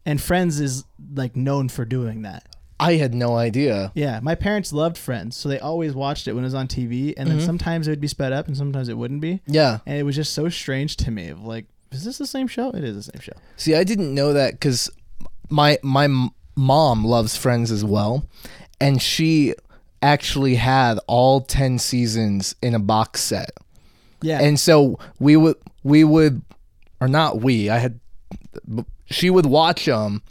Speaker 2: And Friends is like known for doing that.
Speaker 1: I had no idea.
Speaker 2: Yeah, my parents loved Friends, so they always watched it when it was on TV, and
Speaker 1: Mm-hmm.
Speaker 2: then sometimes it would be sped up, and sometimes it wouldn't be,
Speaker 1: Yeah.
Speaker 2: and it was just so strange to me. Of like, is this the same show? It is the same show.
Speaker 1: See, I didn't know that because my my mom loves Friends as well, and she actually had all ten seasons in a box set.
Speaker 2: Yeah.
Speaker 1: And so we would we would or not we I had b- she would watch them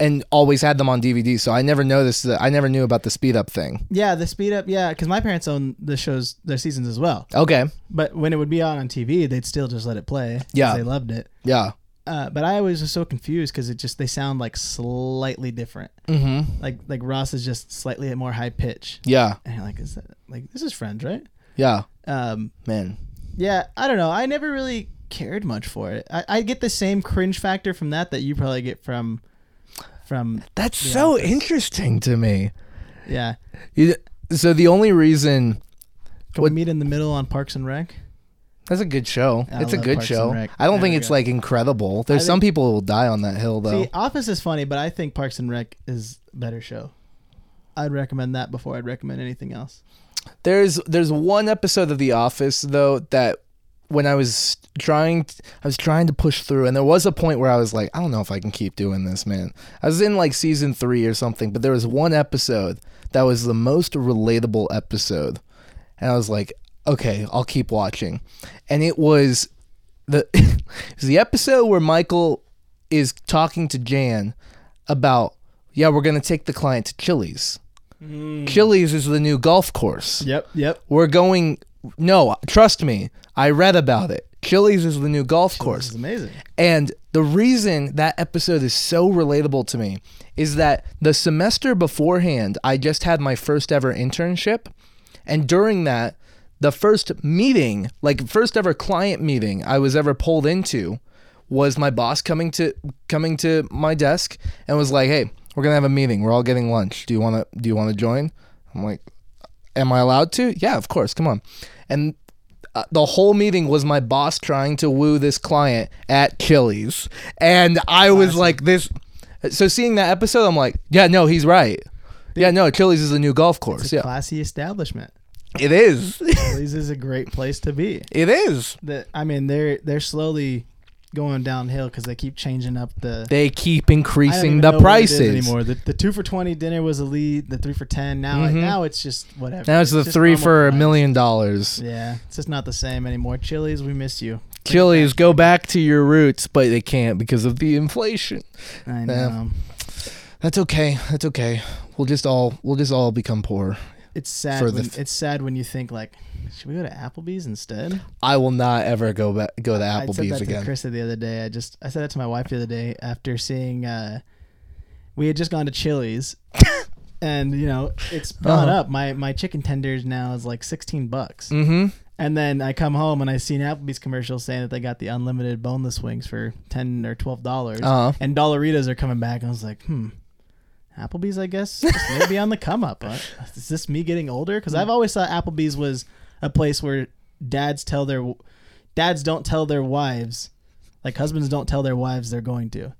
Speaker 1: and always had them on DVD. So I never noticed that I never knew about the speed up thing.
Speaker 2: yeah, the speed up. Yeah, because my parents own the shows, their seasons as well.
Speaker 1: Okay,
Speaker 2: But when it would be on on TV, they'd still just let it play. 'cause
Speaker 1: Yeah.
Speaker 2: they loved it.
Speaker 1: yeah,
Speaker 2: Uh, but I always was so confused because it just they sound like slightly different.
Speaker 1: mm-hmm.
Speaker 2: Like like Ross is just slightly more high pitch,
Speaker 1: yeah,
Speaker 2: and you're like is that like this is Friends, right?
Speaker 1: yeah,
Speaker 2: Um,
Speaker 1: man,
Speaker 2: yeah, I don't know. I never really cared much for it. I, I get the same cringe factor from that that you probably get from from
Speaker 1: that's so interesting to me.
Speaker 2: yeah.
Speaker 1: You, so the only reason
Speaker 2: Can
Speaker 1: What-
Speaker 2: we meet in the middle on Parks and Rec?
Speaker 1: that's a good show.
Speaker 2: I
Speaker 1: it's a
Speaker 2: love
Speaker 1: good
Speaker 2: Parks and
Speaker 1: show.
Speaker 2: Rec.
Speaker 1: I don't
Speaker 2: There
Speaker 1: think
Speaker 2: we
Speaker 1: it's
Speaker 2: go.
Speaker 1: like incredible. There's
Speaker 2: think-
Speaker 1: some people who will die on that hill though.
Speaker 2: See, Office is funny, but I think Parks and Rec is a better show. I'd recommend that before I'd recommend anything else.
Speaker 1: There's there's one episode of The Office though that when I was trying t- I was trying to push through and there was a point where I was like I don't know if I can keep doing this man. I was in like season 3 or something but there was one episode that was the most relatable episode and I was like okay, I'll keep watching. And it was the it was the episode where Michael is talking to Jan about yeah, we're going to take the client to Chili's. Chili's is the new golf course.
Speaker 2: Yep, yep.
Speaker 1: We're going. No, trust me. I read about it. Chili's is the new golf
Speaker 2: This
Speaker 1: course.
Speaker 2: is amazing.
Speaker 1: And the reason that episode is so relatable to me is that the semester beforehand, I just had my first ever internship. And during that, the first meeting, like first ever client meeting I was ever pulled into was my boss coming to coming to my desk and was like, "Hey, we're going to have a meeting. We're all getting lunch. Do you want to do you want to join?" I'm like, "Am I allowed to?" "Yeah, of course. Come on." And uh, the whole meeting was my boss trying to woo this client at Chili's. And I was like, this. So seeing that episode, I'm like, yeah, no, he's right. Yeah, no, Chili's is a new golf course.
Speaker 2: It's a
Speaker 1: Yeah,
Speaker 2: classy establishment.
Speaker 1: it is.
Speaker 2: Chili's is a great place to be.
Speaker 1: it is.
Speaker 2: That I mean, they're they're slowly going downhill because they keep changing up the
Speaker 1: They keep
Speaker 2: I don't
Speaker 1: increasing
Speaker 2: even
Speaker 1: the
Speaker 2: know what it is
Speaker 1: prices.
Speaker 2: anymore. The, the two for twenty dinner was a lead. The three for ten now now it's just whatever.
Speaker 1: Mm-hmm. Now it's the
Speaker 2: just
Speaker 1: three
Speaker 2: normal
Speaker 1: for a
Speaker 2: price.
Speaker 1: million dollars.
Speaker 2: Yeah, it's just not the same anymore. Chili's, we miss you.
Speaker 1: Chili's, go back to your roots, but they can't because of the inflation.
Speaker 2: I know.
Speaker 1: That's okay. That's okay. We'll just all we'll just all become poor.
Speaker 2: It's sad.
Speaker 1: For the
Speaker 2: When,
Speaker 1: f-
Speaker 2: it's sad when you think like, should we go to Applebee's instead?
Speaker 1: I will not ever go back go to
Speaker 2: I said
Speaker 1: Applebee's
Speaker 2: that to
Speaker 1: again.
Speaker 2: Krista the other day. I just I said that to my wife the other day after seeing uh, we had just gone to Chili's, and you know it's gone
Speaker 1: Uh-huh.
Speaker 2: up. My my chicken tenders now is like sixteen bucks,
Speaker 1: Mm-hmm.
Speaker 2: and then I come home and I see an Applebee's commercial saying that they got the unlimited boneless wings for ten or twelve dollars,
Speaker 1: Uh-huh.
Speaker 2: and Dollaritas are coming back. And I was like, hmm. Applebee's, I guess, just maybe on the come up. Uh, Is this me getting older? Because I've always thought Applebee's was a place where dads tell their dads don't tell their wives, like husbands don't tell their wives they're going to,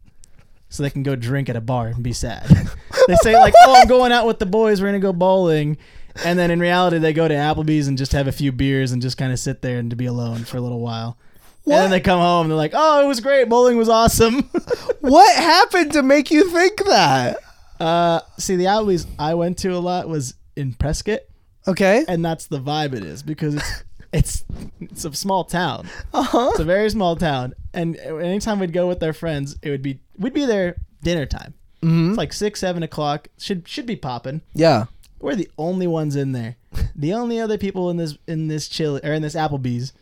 Speaker 2: so they can go drink at a bar and be sad. they say like, "Oh, I'm going out with the boys. We're gonna go bowling," and then in reality, they go to Applebee's and just have a few beers and just kind of sit there and to be alone for a little while. And
Speaker 1: What?
Speaker 2: then they come home and they're like, "Oh, it was great. Bowling was awesome."
Speaker 1: What happened to make you think that?
Speaker 2: Uh, see, the Applebee's I went to a lot was in Prescott,
Speaker 1: Okay.
Speaker 2: and that's the vibe it is because it's it's it's a small town.
Speaker 1: Uh huh.
Speaker 2: It's a very small town, and anytime we'd go with our friends, it would be we'd be there dinner time. It's like six, seven o'clock. Should should be popping.
Speaker 1: Mm-hmm. Yeah.
Speaker 2: We're the only ones in there. The only other people in this in this chill or in this Applebee's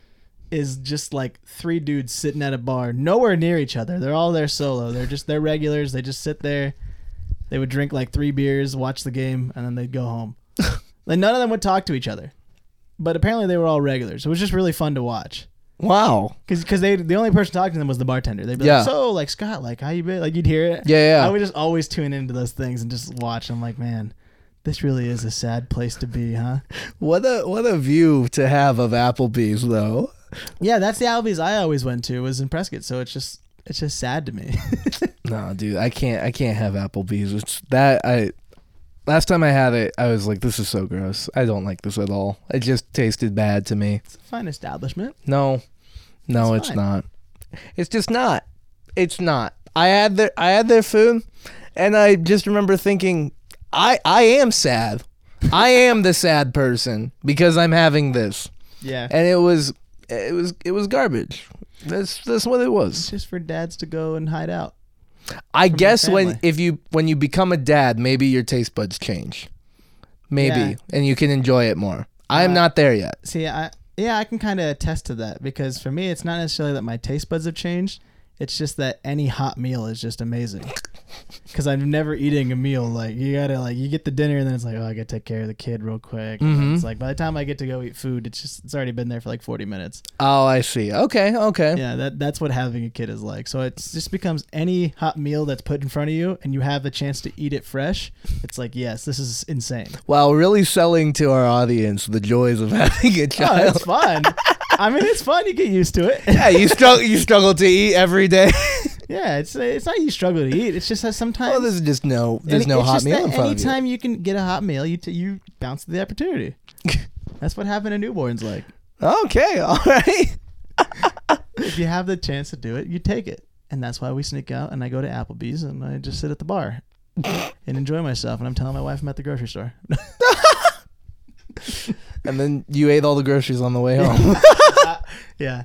Speaker 2: is just like three dudes sitting at a bar, nowhere near each other. They're all there solo. They're just they're regulars. They just sit there. They would drink like three beers, watch the game, and then they'd go home. like none of them would talk to each other. But apparently they were all regulars. It was just really fun to watch.
Speaker 1: Wow.
Speaker 2: Cause, Cause, they, the only person talking to them was the bartender. They'd be
Speaker 1: Yeah.
Speaker 2: like, "So, like Scott, like how you been?" Like you'd hear it.
Speaker 1: Yeah, yeah.
Speaker 2: I would just always tune into those things and just watch. I'm like, man, this really is a sad place to be, huh?
Speaker 1: What a what a view to have of Applebee's though.
Speaker 2: yeah, that's the Albies I always went to was in Prescott. So it's just it's just sad to me.
Speaker 1: No, dude, I can't I can't have Applebee's. It's that I last time I had it, I was like, this is so gross. I don't like this at all. It just tasted bad to me.
Speaker 2: it's a fine establishment.
Speaker 1: No. No,
Speaker 2: It's
Speaker 1: it's
Speaker 2: fine.
Speaker 1: not. It's just not. It's not. I had their I had their food And I just remember thinking, I I am sad. I am the sad person because I'm having this.
Speaker 2: Yeah.
Speaker 1: And it was it was it was garbage. That's that's what it was.
Speaker 2: It's just for dads to go and hide out.
Speaker 1: I guess when
Speaker 2: family.
Speaker 1: if you when you become a dad, maybe your taste buds change. Maybe.
Speaker 2: Yeah.
Speaker 1: And you can enjoy it more. I'm not there yet.
Speaker 2: See, I yeah, I can kind of attest to that because for me, it's not necessarily that my taste buds have changed. It's just that any hot meal is just amazing. Because I'm never eating a meal like you gotta like you get the dinner and then it's like oh I gotta take care of the kid real quick. And then It's like by the time I get to go eat food, it's just it's already been there for like 40 minutes.
Speaker 1: Oh, I see. Okay, okay.
Speaker 2: Yeah, that that's what having a kid is like. So it just becomes any hot meal that's put in front of you and you have the chance to eat it fresh. It's like yes, this is insane.
Speaker 1: While really selling to our audience the joys of having a
Speaker 2: Oh,
Speaker 1: child.
Speaker 2: it's fun. I mean, it's fun. You get used to it.
Speaker 1: yeah, you struggle you struggle to eat every day.
Speaker 2: Yeah, it's it's not you struggle to eat. It's just that sometimes
Speaker 1: well, there's just no there's
Speaker 2: and
Speaker 1: no
Speaker 2: it's
Speaker 1: hot
Speaker 2: just
Speaker 1: meal
Speaker 2: that
Speaker 1: in front of you.
Speaker 2: Anytime you can get a hot meal, you t- you bounce the opportunity. That's what having a newborn's like.
Speaker 1: Okay, all right.
Speaker 2: If you have the chance to do it, you take it, and that's why we sneak out and I go to Applebee's and I just sit at the bar and enjoy myself. And I'm telling my wife I'm at the grocery store.
Speaker 1: And then you ate all the groceries on the way home.
Speaker 2: yeah,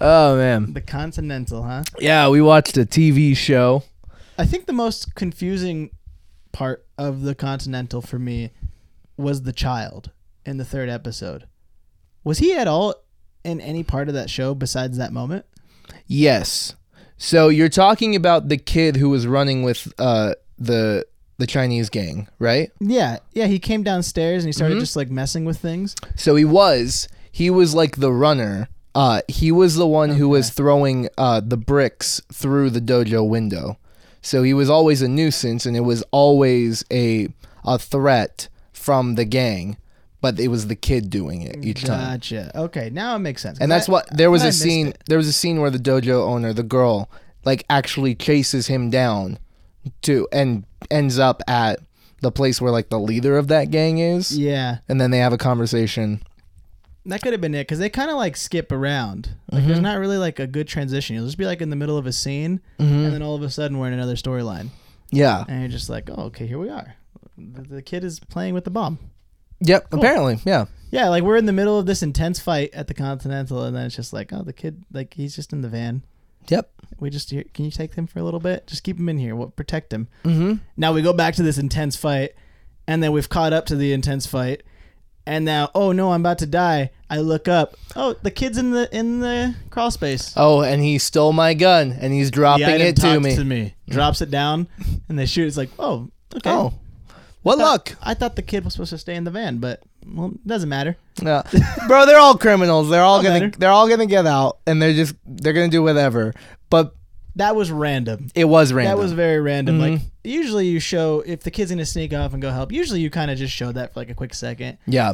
Speaker 1: oh man.
Speaker 2: the Continental, huh?
Speaker 1: Yeah, we watched a TV show.
Speaker 2: I think the most confusing part of the Continental for me was the child in the third episode. Was he at all in any part of that show besides that moment?
Speaker 1: Yes. So you're talking about the kid who was running with uh the the Chinese gang, right?
Speaker 2: Yeah, yeah. He came downstairs and he started just like messing with things.
Speaker 1: So he was he was like the runner. Uh he was the one who was throwing uh the bricks through the dojo window. So he was always a nuisance and it was always a a threat from the gang, but it was the kid doing it each time.
Speaker 2: Gotcha. Okay, now it makes sense.
Speaker 1: And
Speaker 2: 'Cause
Speaker 1: that's
Speaker 2: I-
Speaker 1: what there was
Speaker 2: I
Speaker 1: a
Speaker 2: missed
Speaker 1: scene.
Speaker 2: it.
Speaker 1: There was a scene where the dojo owner, the girl, like actually chases him down, to and ends up at the place where like the leader of that gang is,
Speaker 2: Yeah,
Speaker 1: and then they have a conversation.
Speaker 2: that could have been it because they kind of like skip around. Like, there's not really like a good transition. You'll just be like in the middle of a scene, and then all of a sudden we're in another storyline,
Speaker 1: Yeah.
Speaker 2: and you're just like, oh, okay, here we are. The, the kid is playing with the bomb.
Speaker 1: Yep. Apparently. Yeah.
Speaker 2: Yeah, like we're in the middle of this intense fight at the Continental, and then it's just like, oh, the kid, like he's just in the van.
Speaker 1: Yep.
Speaker 2: We just here, can you take him for a little bit? Just keep him in here. What protect him?
Speaker 1: Mm-hmm.
Speaker 2: Now we go back to this intense fight, and then we've caught up to the intense fight, and now oh no, I'm about to die. I look up. Oh, the kid's in the in the crawl space.
Speaker 1: Oh, and he stole my gun, and he's
Speaker 2: the
Speaker 1: dropping
Speaker 2: item
Speaker 1: it to
Speaker 2: talks
Speaker 1: me.
Speaker 2: to me. Drops it down, and they shoot. It's like oh okay.
Speaker 1: Oh. What
Speaker 2: I thought-
Speaker 1: luck,
Speaker 2: I thought the kid was supposed to stay in the van, but well, it doesn't matter.
Speaker 1: Yeah. bro? They're all criminals. They're all gonna.
Speaker 2: matter.
Speaker 1: They're all gonna get out, and they're just. They're gonna do whatever. But
Speaker 2: That was random.
Speaker 1: it was random.
Speaker 2: That was very random. Like
Speaker 1: Mm-hmm.
Speaker 2: usually you show if the kid's gonna sneak off and go help. Usually you kind of just show that for like a quick second.
Speaker 1: yeah.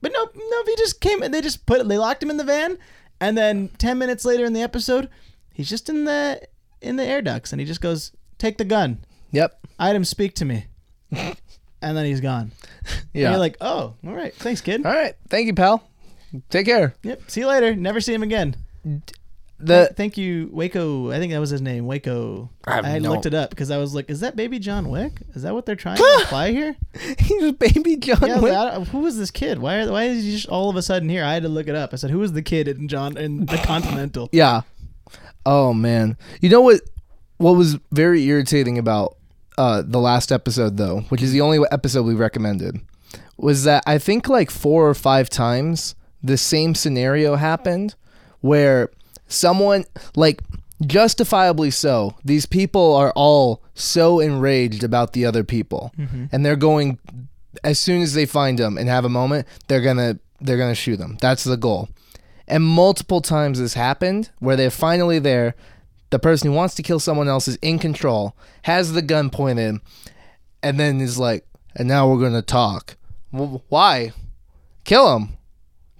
Speaker 2: But no, no, he just came and they just put they locked him in the van, and then ten minutes later in the episode, he's just in the in the air ducts, and he just goes, "Take the gun,
Speaker 1: Yep.
Speaker 2: item, speak to me," and then he's gone.
Speaker 1: Yeah.
Speaker 2: And you're like, "Oh, all right, thanks, kid.
Speaker 1: All right. Thank you, pal. Take care.
Speaker 2: Yep, see you later. Never see him again."
Speaker 1: The
Speaker 2: Thank you, Waco. I think that was his name, Waco.
Speaker 1: Uh, I have
Speaker 2: had
Speaker 1: no-
Speaker 2: looked it up because I was like, "Is that baby John Wick? Is that what they're trying to apply here?"
Speaker 1: he's baby John
Speaker 2: Yeah, I was
Speaker 1: Wick.
Speaker 2: like, I don't- who was this kid? Why are why is he just all of a sudden here? I had to look it up. I said, who was the kid in John in the Continental?
Speaker 1: Yeah. Oh man. You know what what was very irritating about uh the last episode though, which is the only episode we recommended, was that I think like four or five times the same scenario happened where someone like justifiably so these people are all so enraged about the other people and they're going as soon as they find them and have a moment they're gonna they're gonna shoot them that's the goal and multiple times this happened where they're finally there the person who wants to kill someone else is in control has the gun pointed and then is like and now we're gonna talk w- why kill him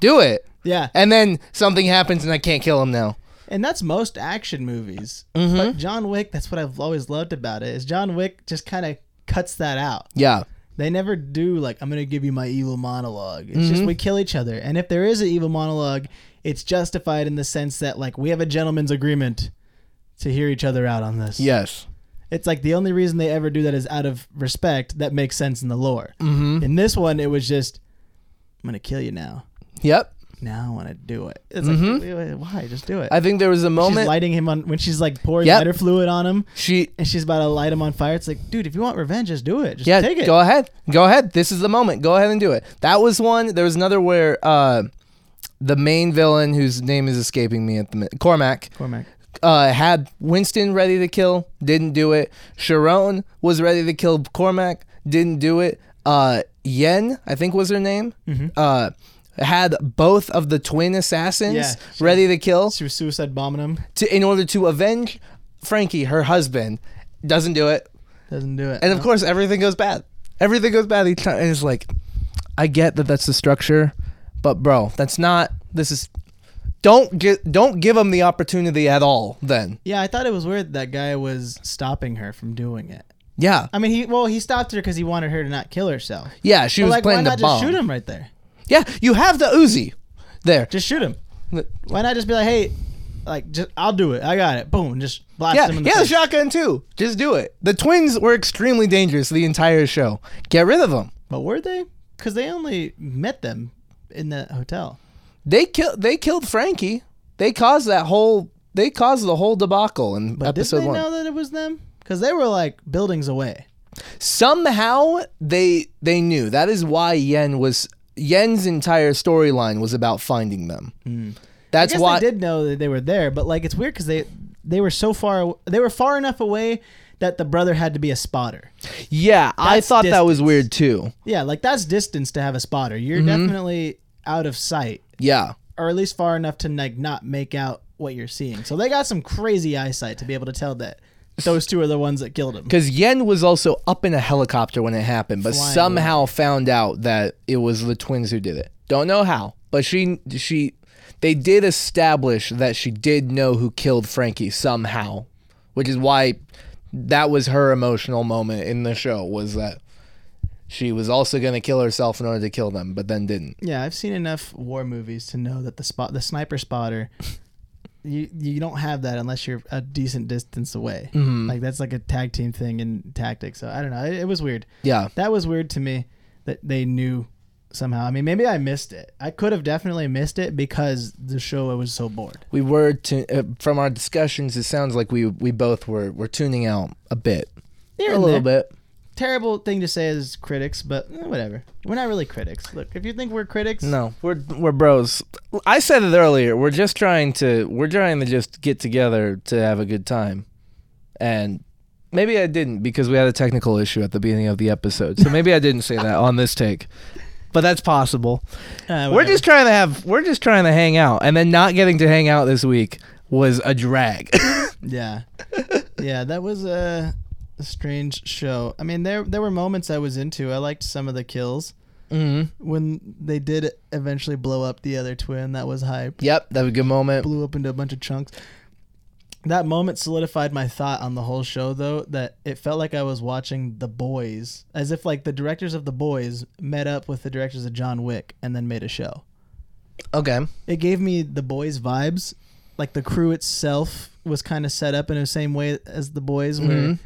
Speaker 1: do it
Speaker 2: Yeah,
Speaker 1: and then something happens and i can't kill him now
Speaker 2: and that's most action movies. But John Wick, that's what I've always loved about it. Is John Wick just kind of cuts that out.
Speaker 1: yeah
Speaker 2: They never do like I'm gonna give you my evil monologue. It's just we kill each other, and if there is an evil monologue, it's justified in the sense that like we have a gentleman's agreement to hear each other out on this.
Speaker 1: yes
Speaker 2: It's like the only reason they ever do that is out of respect. That makes sense in the lore.
Speaker 1: Mm-hmm.
Speaker 2: In this one, it was just, I'm gonna kill you now.
Speaker 1: Yep.
Speaker 2: Now I want to do it. It's
Speaker 1: Mhm.
Speaker 2: like, wait, wait, why? Just do it.
Speaker 1: I think there was a
Speaker 2: she's
Speaker 1: moment
Speaker 2: lighting him on when she's like pouring
Speaker 1: Yep.
Speaker 2: lighter fluid on him,
Speaker 1: she
Speaker 2: and she's about to light him on fire. It's like, dude, if you want revenge, just do it. Just
Speaker 1: yeah,
Speaker 2: take it.
Speaker 1: go ahead. Go ahead. This is the moment. Go ahead and do it. That was one. There was another where uh, the main villain, whose name is escaping me at the minute, Cormac,
Speaker 2: Cormac.
Speaker 1: uh, had Winston ready to kill, didn't do it. Sharon was ready to kill Cormac, didn't do it. Uh, Yen, I think was her name, uh, had both of the twin assassins
Speaker 2: Yeah, she-
Speaker 1: ready to kill
Speaker 2: She was suicide bombing him.
Speaker 1: to, in order to avenge Frankie, her husband. Doesn't do it.
Speaker 2: Doesn't do it.
Speaker 1: And of course, everything goes bad. Everything goes bad each time. And it's like, I get that that's the structure, but bro, that's not. This is. Don't get. Don't give them the opportunity at all. Then.
Speaker 2: Yeah, I thought it was weird that guy was stopping her from doing it.
Speaker 1: Yeah.
Speaker 2: I mean, he well, he stopped her because he wanted her to not kill herself.
Speaker 1: Yeah. She
Speaker 2: But
Speaker 1: was
Speaker 2: like, why
Speaker 1: planning
Speaker 2: not
Speaker 1: to bomb.
Speaker 2: just shoot him right there?
Speaker 1: Yeah. You have the Uzi. There.
Speaker 2: Just shoot him.
Speaker 1: The-
Speaker 2: Why not just be like, hey, like, just I'll do it. I got it. Boom, just blast
Speaker 1: Yeah.
Speaker 2: him in the
Speaker 1: yeah. The
Speaker 2: face.
Speaker 1: shotgun too. Just do it. The twins were extremely dangerous the entire show. Get rid of them.
Speaker 2: But were they? Because they only met them in the hotel.
Speaker 1: They killed. They killed Frankie. They caused that whole. They caused the whole debacle in
Speaker 2: But did
Speaker 1: episode
Speaker 2: they
Speaker 1: one.
Speaker 2: know that it was them? Because they were like buildings away.
Speaker 1: somehow they they knew that is why yen was yen's entire storyline was about finding them
Speaker 2: Hmm. I
Speaker 1: that's
Speaker 2: guess
Speaker 1: why
Speaker 2: they did know that they were there, but like it's weird because they they were so far aw- they were far enough away that the brother had to be a spotter.
Speaker 1: yeah i
Speaker 2: That's
Speaker 1: thought that was
Speaker 2: distance.
Speaker 1: weird too
Speaker 2: Yeah, like that's distance to have a spotter. You're
Speaker 1: Mm-hmm.
Speaker 2: definitely out of sight,
Speaker 1: yeah
Speaker 2: or at least far enough to like not make out what you're seeing. So they got some crazy eyesight to be able to tell that those two are the ones that killed him.
Speaker 1: because yen was also up in a helicopter when it happened but
Speaker 2: Flying
Speaker 1: somehow found out that it was the twins who did it don't know how but she she they did establish that she did know who killed frankie somehow which is why that was her emotional moment in the show was that she was also going to kill herself in order to kill them but then didn't
Speaker 2: Yeah, I've seen enough war movies to know that the spot the sniper spotter you you don't have that unless you're a decent distance away.
Speaker 1: Mm-hmm.
Speaker 2: Like that's like a tag team thing in tactics. So I don't know. It, it was weird.
Speaker 1: yeah
Speaker 2: That was weird to me that they knew somehow. I mean, maybe I missed it. I could have definitely missed it because the show I was so bored.
Speaker 1: we were to, uh, from our discussions it sounds like we we both were were tuning out a bit
Speaker 2: Here
Speaker 1: a
Speaker 2: and
Speaker 1: little
Speaker 2: there.
Speaker 1: bit
Speaker 2: Terrible thing to say as critics, but eh, whatever. We're not really critics. Look, if you think we're critics, uh,
Speaker 1: No, we're we're bros. I said it earlier. We're just trying to we're trying to just get together to have a good time, and maybe I didn't because we had a technical issue at the beginning of the episode. So maybe I didn't say that on this take, but that's possible.
Speaker 2: uh,
Speaker 1: We're
Speaker 2: whatever.
Speaker 1: just trying to have we're just trying to hang out, and then not getting to hang out this week was a drag.
Speaker 2: Yeah. yeah, that was a, a strange show. I mean, there there were moments I was into. I liked some of the kills.
Speaker 1: mm-hmm.
Speaker 2: When they did eventually blow up the other twin, that was hype.
Speaker 1: Yep, that was a good moment.
Speaker 2: Blew up into a bunch of chunks. That moment solidified my thought on the whole show, though, that it felt like I was watching The Boys, as if like the directors of The Boys met up with the directors of John Wick and then made a show.
Speaker 1: Okay,
Speaker 2: It gave me The Boys vibes. Like the crew itself was kind of set up in the same way as The Boys, where
Speaker 1: Mhm.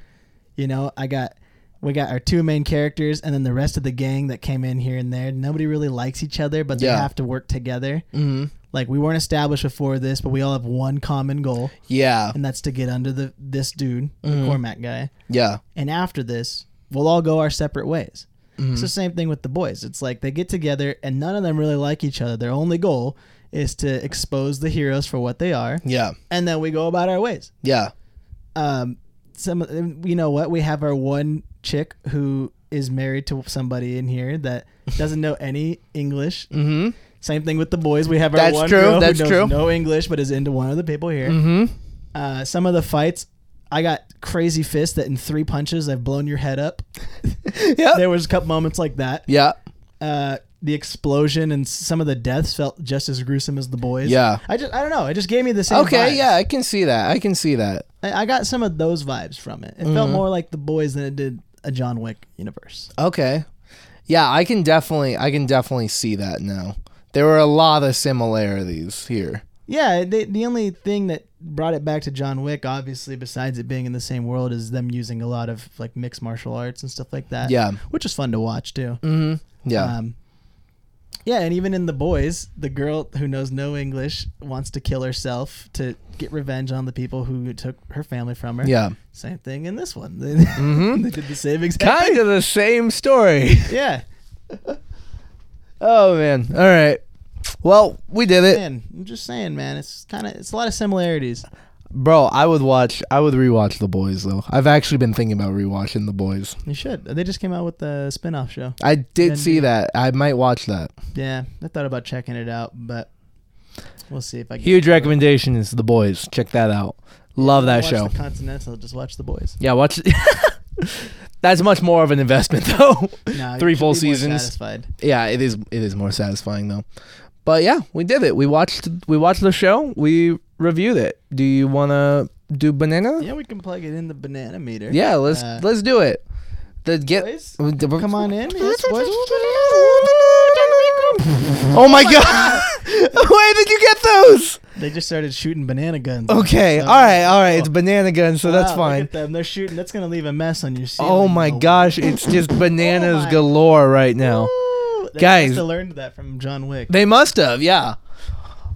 Speaker 2: you know, I got we got our two main characters and then the rest of the gang that came in here and there. Nobody really likes each other, but they
Speaker 1: Yeah.
Speaker 2: have to work together.
Speaker 1: mm-hmm.
Speaker 2: Like we weren't established before this, but we all have one common goal,
Speaker 1: yeah,
Speaker 2: and that's to get under the this dude, the Cormac guy.
Speaker 1: yeah,
Speaker 2: And after this, we'll all go our separate ways.
Speaker 1: Mm-hmm.
Speaker 2: It's the same thing with the boys. It's like they get together and none of them really like each other. Their only goal is to expose the heroes for what they are,
Speaker 1: yeah,
Speaker 2: and then we go about our ways
Speaker 1: yeah,
Speaker 2: um some of- you know what we have our one chick who is married to somebody in here that doesn't know any English.
Speaker 1: mm-hmm.
Speaker 2: Same thing with the boys. We have our
Speaker 1: That's
Speaker 2: one
Speaker 1: true,
Speaker 2: girl
Speaker 1: that's
Speaker 2: who
Speaker 1: true.
Speaker 2: knows no English but is into one of the people here.
Speaker 1: Mm-hmm.
Speaker 2: Uh, some of the fights, I got crazy fists that in three punches I've blown your head up.
Speaker 1: Yep.
Speaker 2: There was a couple moments like that.
Speaker 1: yeah,
Speaker 2: Uh, the explosion and some of the deaths felt just as gruesome as the boys.
Speaker 1: Yeah.
Speaker 2: I just I don't know. It just gave me the same.
Speaker 1: okay,
Speaker 2: vibes.
Speaker 1: yeah, I can see that. I can see that.
Speaker 2: I, I got some of those vibes from it. It
Speaker 1: Mm-hmm.
Speaker 2: felt more like the boys than it did a John Wick universe.
Speaker 1: Okay. Yeah, I can definitely I can definitely see that now. There were a lot of similarities here.
Speaker 2: Yeah, they, the only thing that brought it back to John Wick, obviously, besides it being in the same world, is them using a lot of like mixed martial arts and stuff like that.
Speaker 1: Yeah.
Speaker 2: which is fun to watch too.
Speaker 1: Mm-hmm. Yeah.
Speaker 2: Um, yeah, and even in the boys, the girl who knows no English wants to kill herself to get revenge on the people who took her family from her.
Speaker 1: yeah.
Speaker 2: Same thing in this one. They,
Speaker 1: Mhm.
Speaker 2: they did the same exact.
Speaker 1: Kind of the same story.
Speaker 2: Yeah,
Speaker 1: Oh man. All right. Well, we did it.
Speaker 2: man. I'm just saying, man. It's kind of it's a lot of similarities.
Speaker 1: Bro, I would watch I would rewatch The Boys though. I've actually been thinking about rewatching The Boys.
Speaker 2: You should. They just came out with the spin-off show.
Speaker 1: I did
Speaker 2: Then
Speaker 1: see
Speaker 2: do-
Speaker 1: that. I might watch that.
Speaker 2: Yeah, I thought about checking it out, but we'll see if I
Speaker 1: Huge recommendation is The Boys. Check that out. Love that
Speaker 2: watch
Speaker 1: show.
Speaker 2: The Continental, just watch the boys.
Speaker 1: yeah, watch That's much more of an investment though.
Speaker 2: No,
Speaker 1: Three
Speaker 2: you should
Speaker 1: full
Speaker 2: be more
Speaker 1: seasons.
Speaker 2: Satisfied.
Speaker 1: yeah, it is it is more satisfying though. But yeah, we did it. We watched we watched the show. We reviewed it. Do you want to do banana?
Speaker 2: Yeah, we can plug it in the banana meter.
Speaker 1: Yeah, let's
Speaker 2: Uh,
Speaker 1: let's do it. The get
Speaker 2: Boys,
Speaker 1: Come
Speaker 2: come on in. Yes, boys.
Speaker 1: Oh my god! Where did you get those?
Speaker 2: They just started shooting banana guns.
Speaker 1: Okay,
Speaker 2: So-
Speaker 1: all right, all right. It's banana gun, so that's
Speaker 2: Oh, Wow, Look
Speaker 1: fine.
Speaker 2: at them. They're shooting. That's gonna leave a mess on your ceiling.
Speaker 1: Oh my gosh, it's just bananas galore right now.
Speaker 2: Oh Ooh, they
Speaker 1: Guys.
Speaker 2: must have learned that from John Wick.
Speaker 1: They must have, yeah.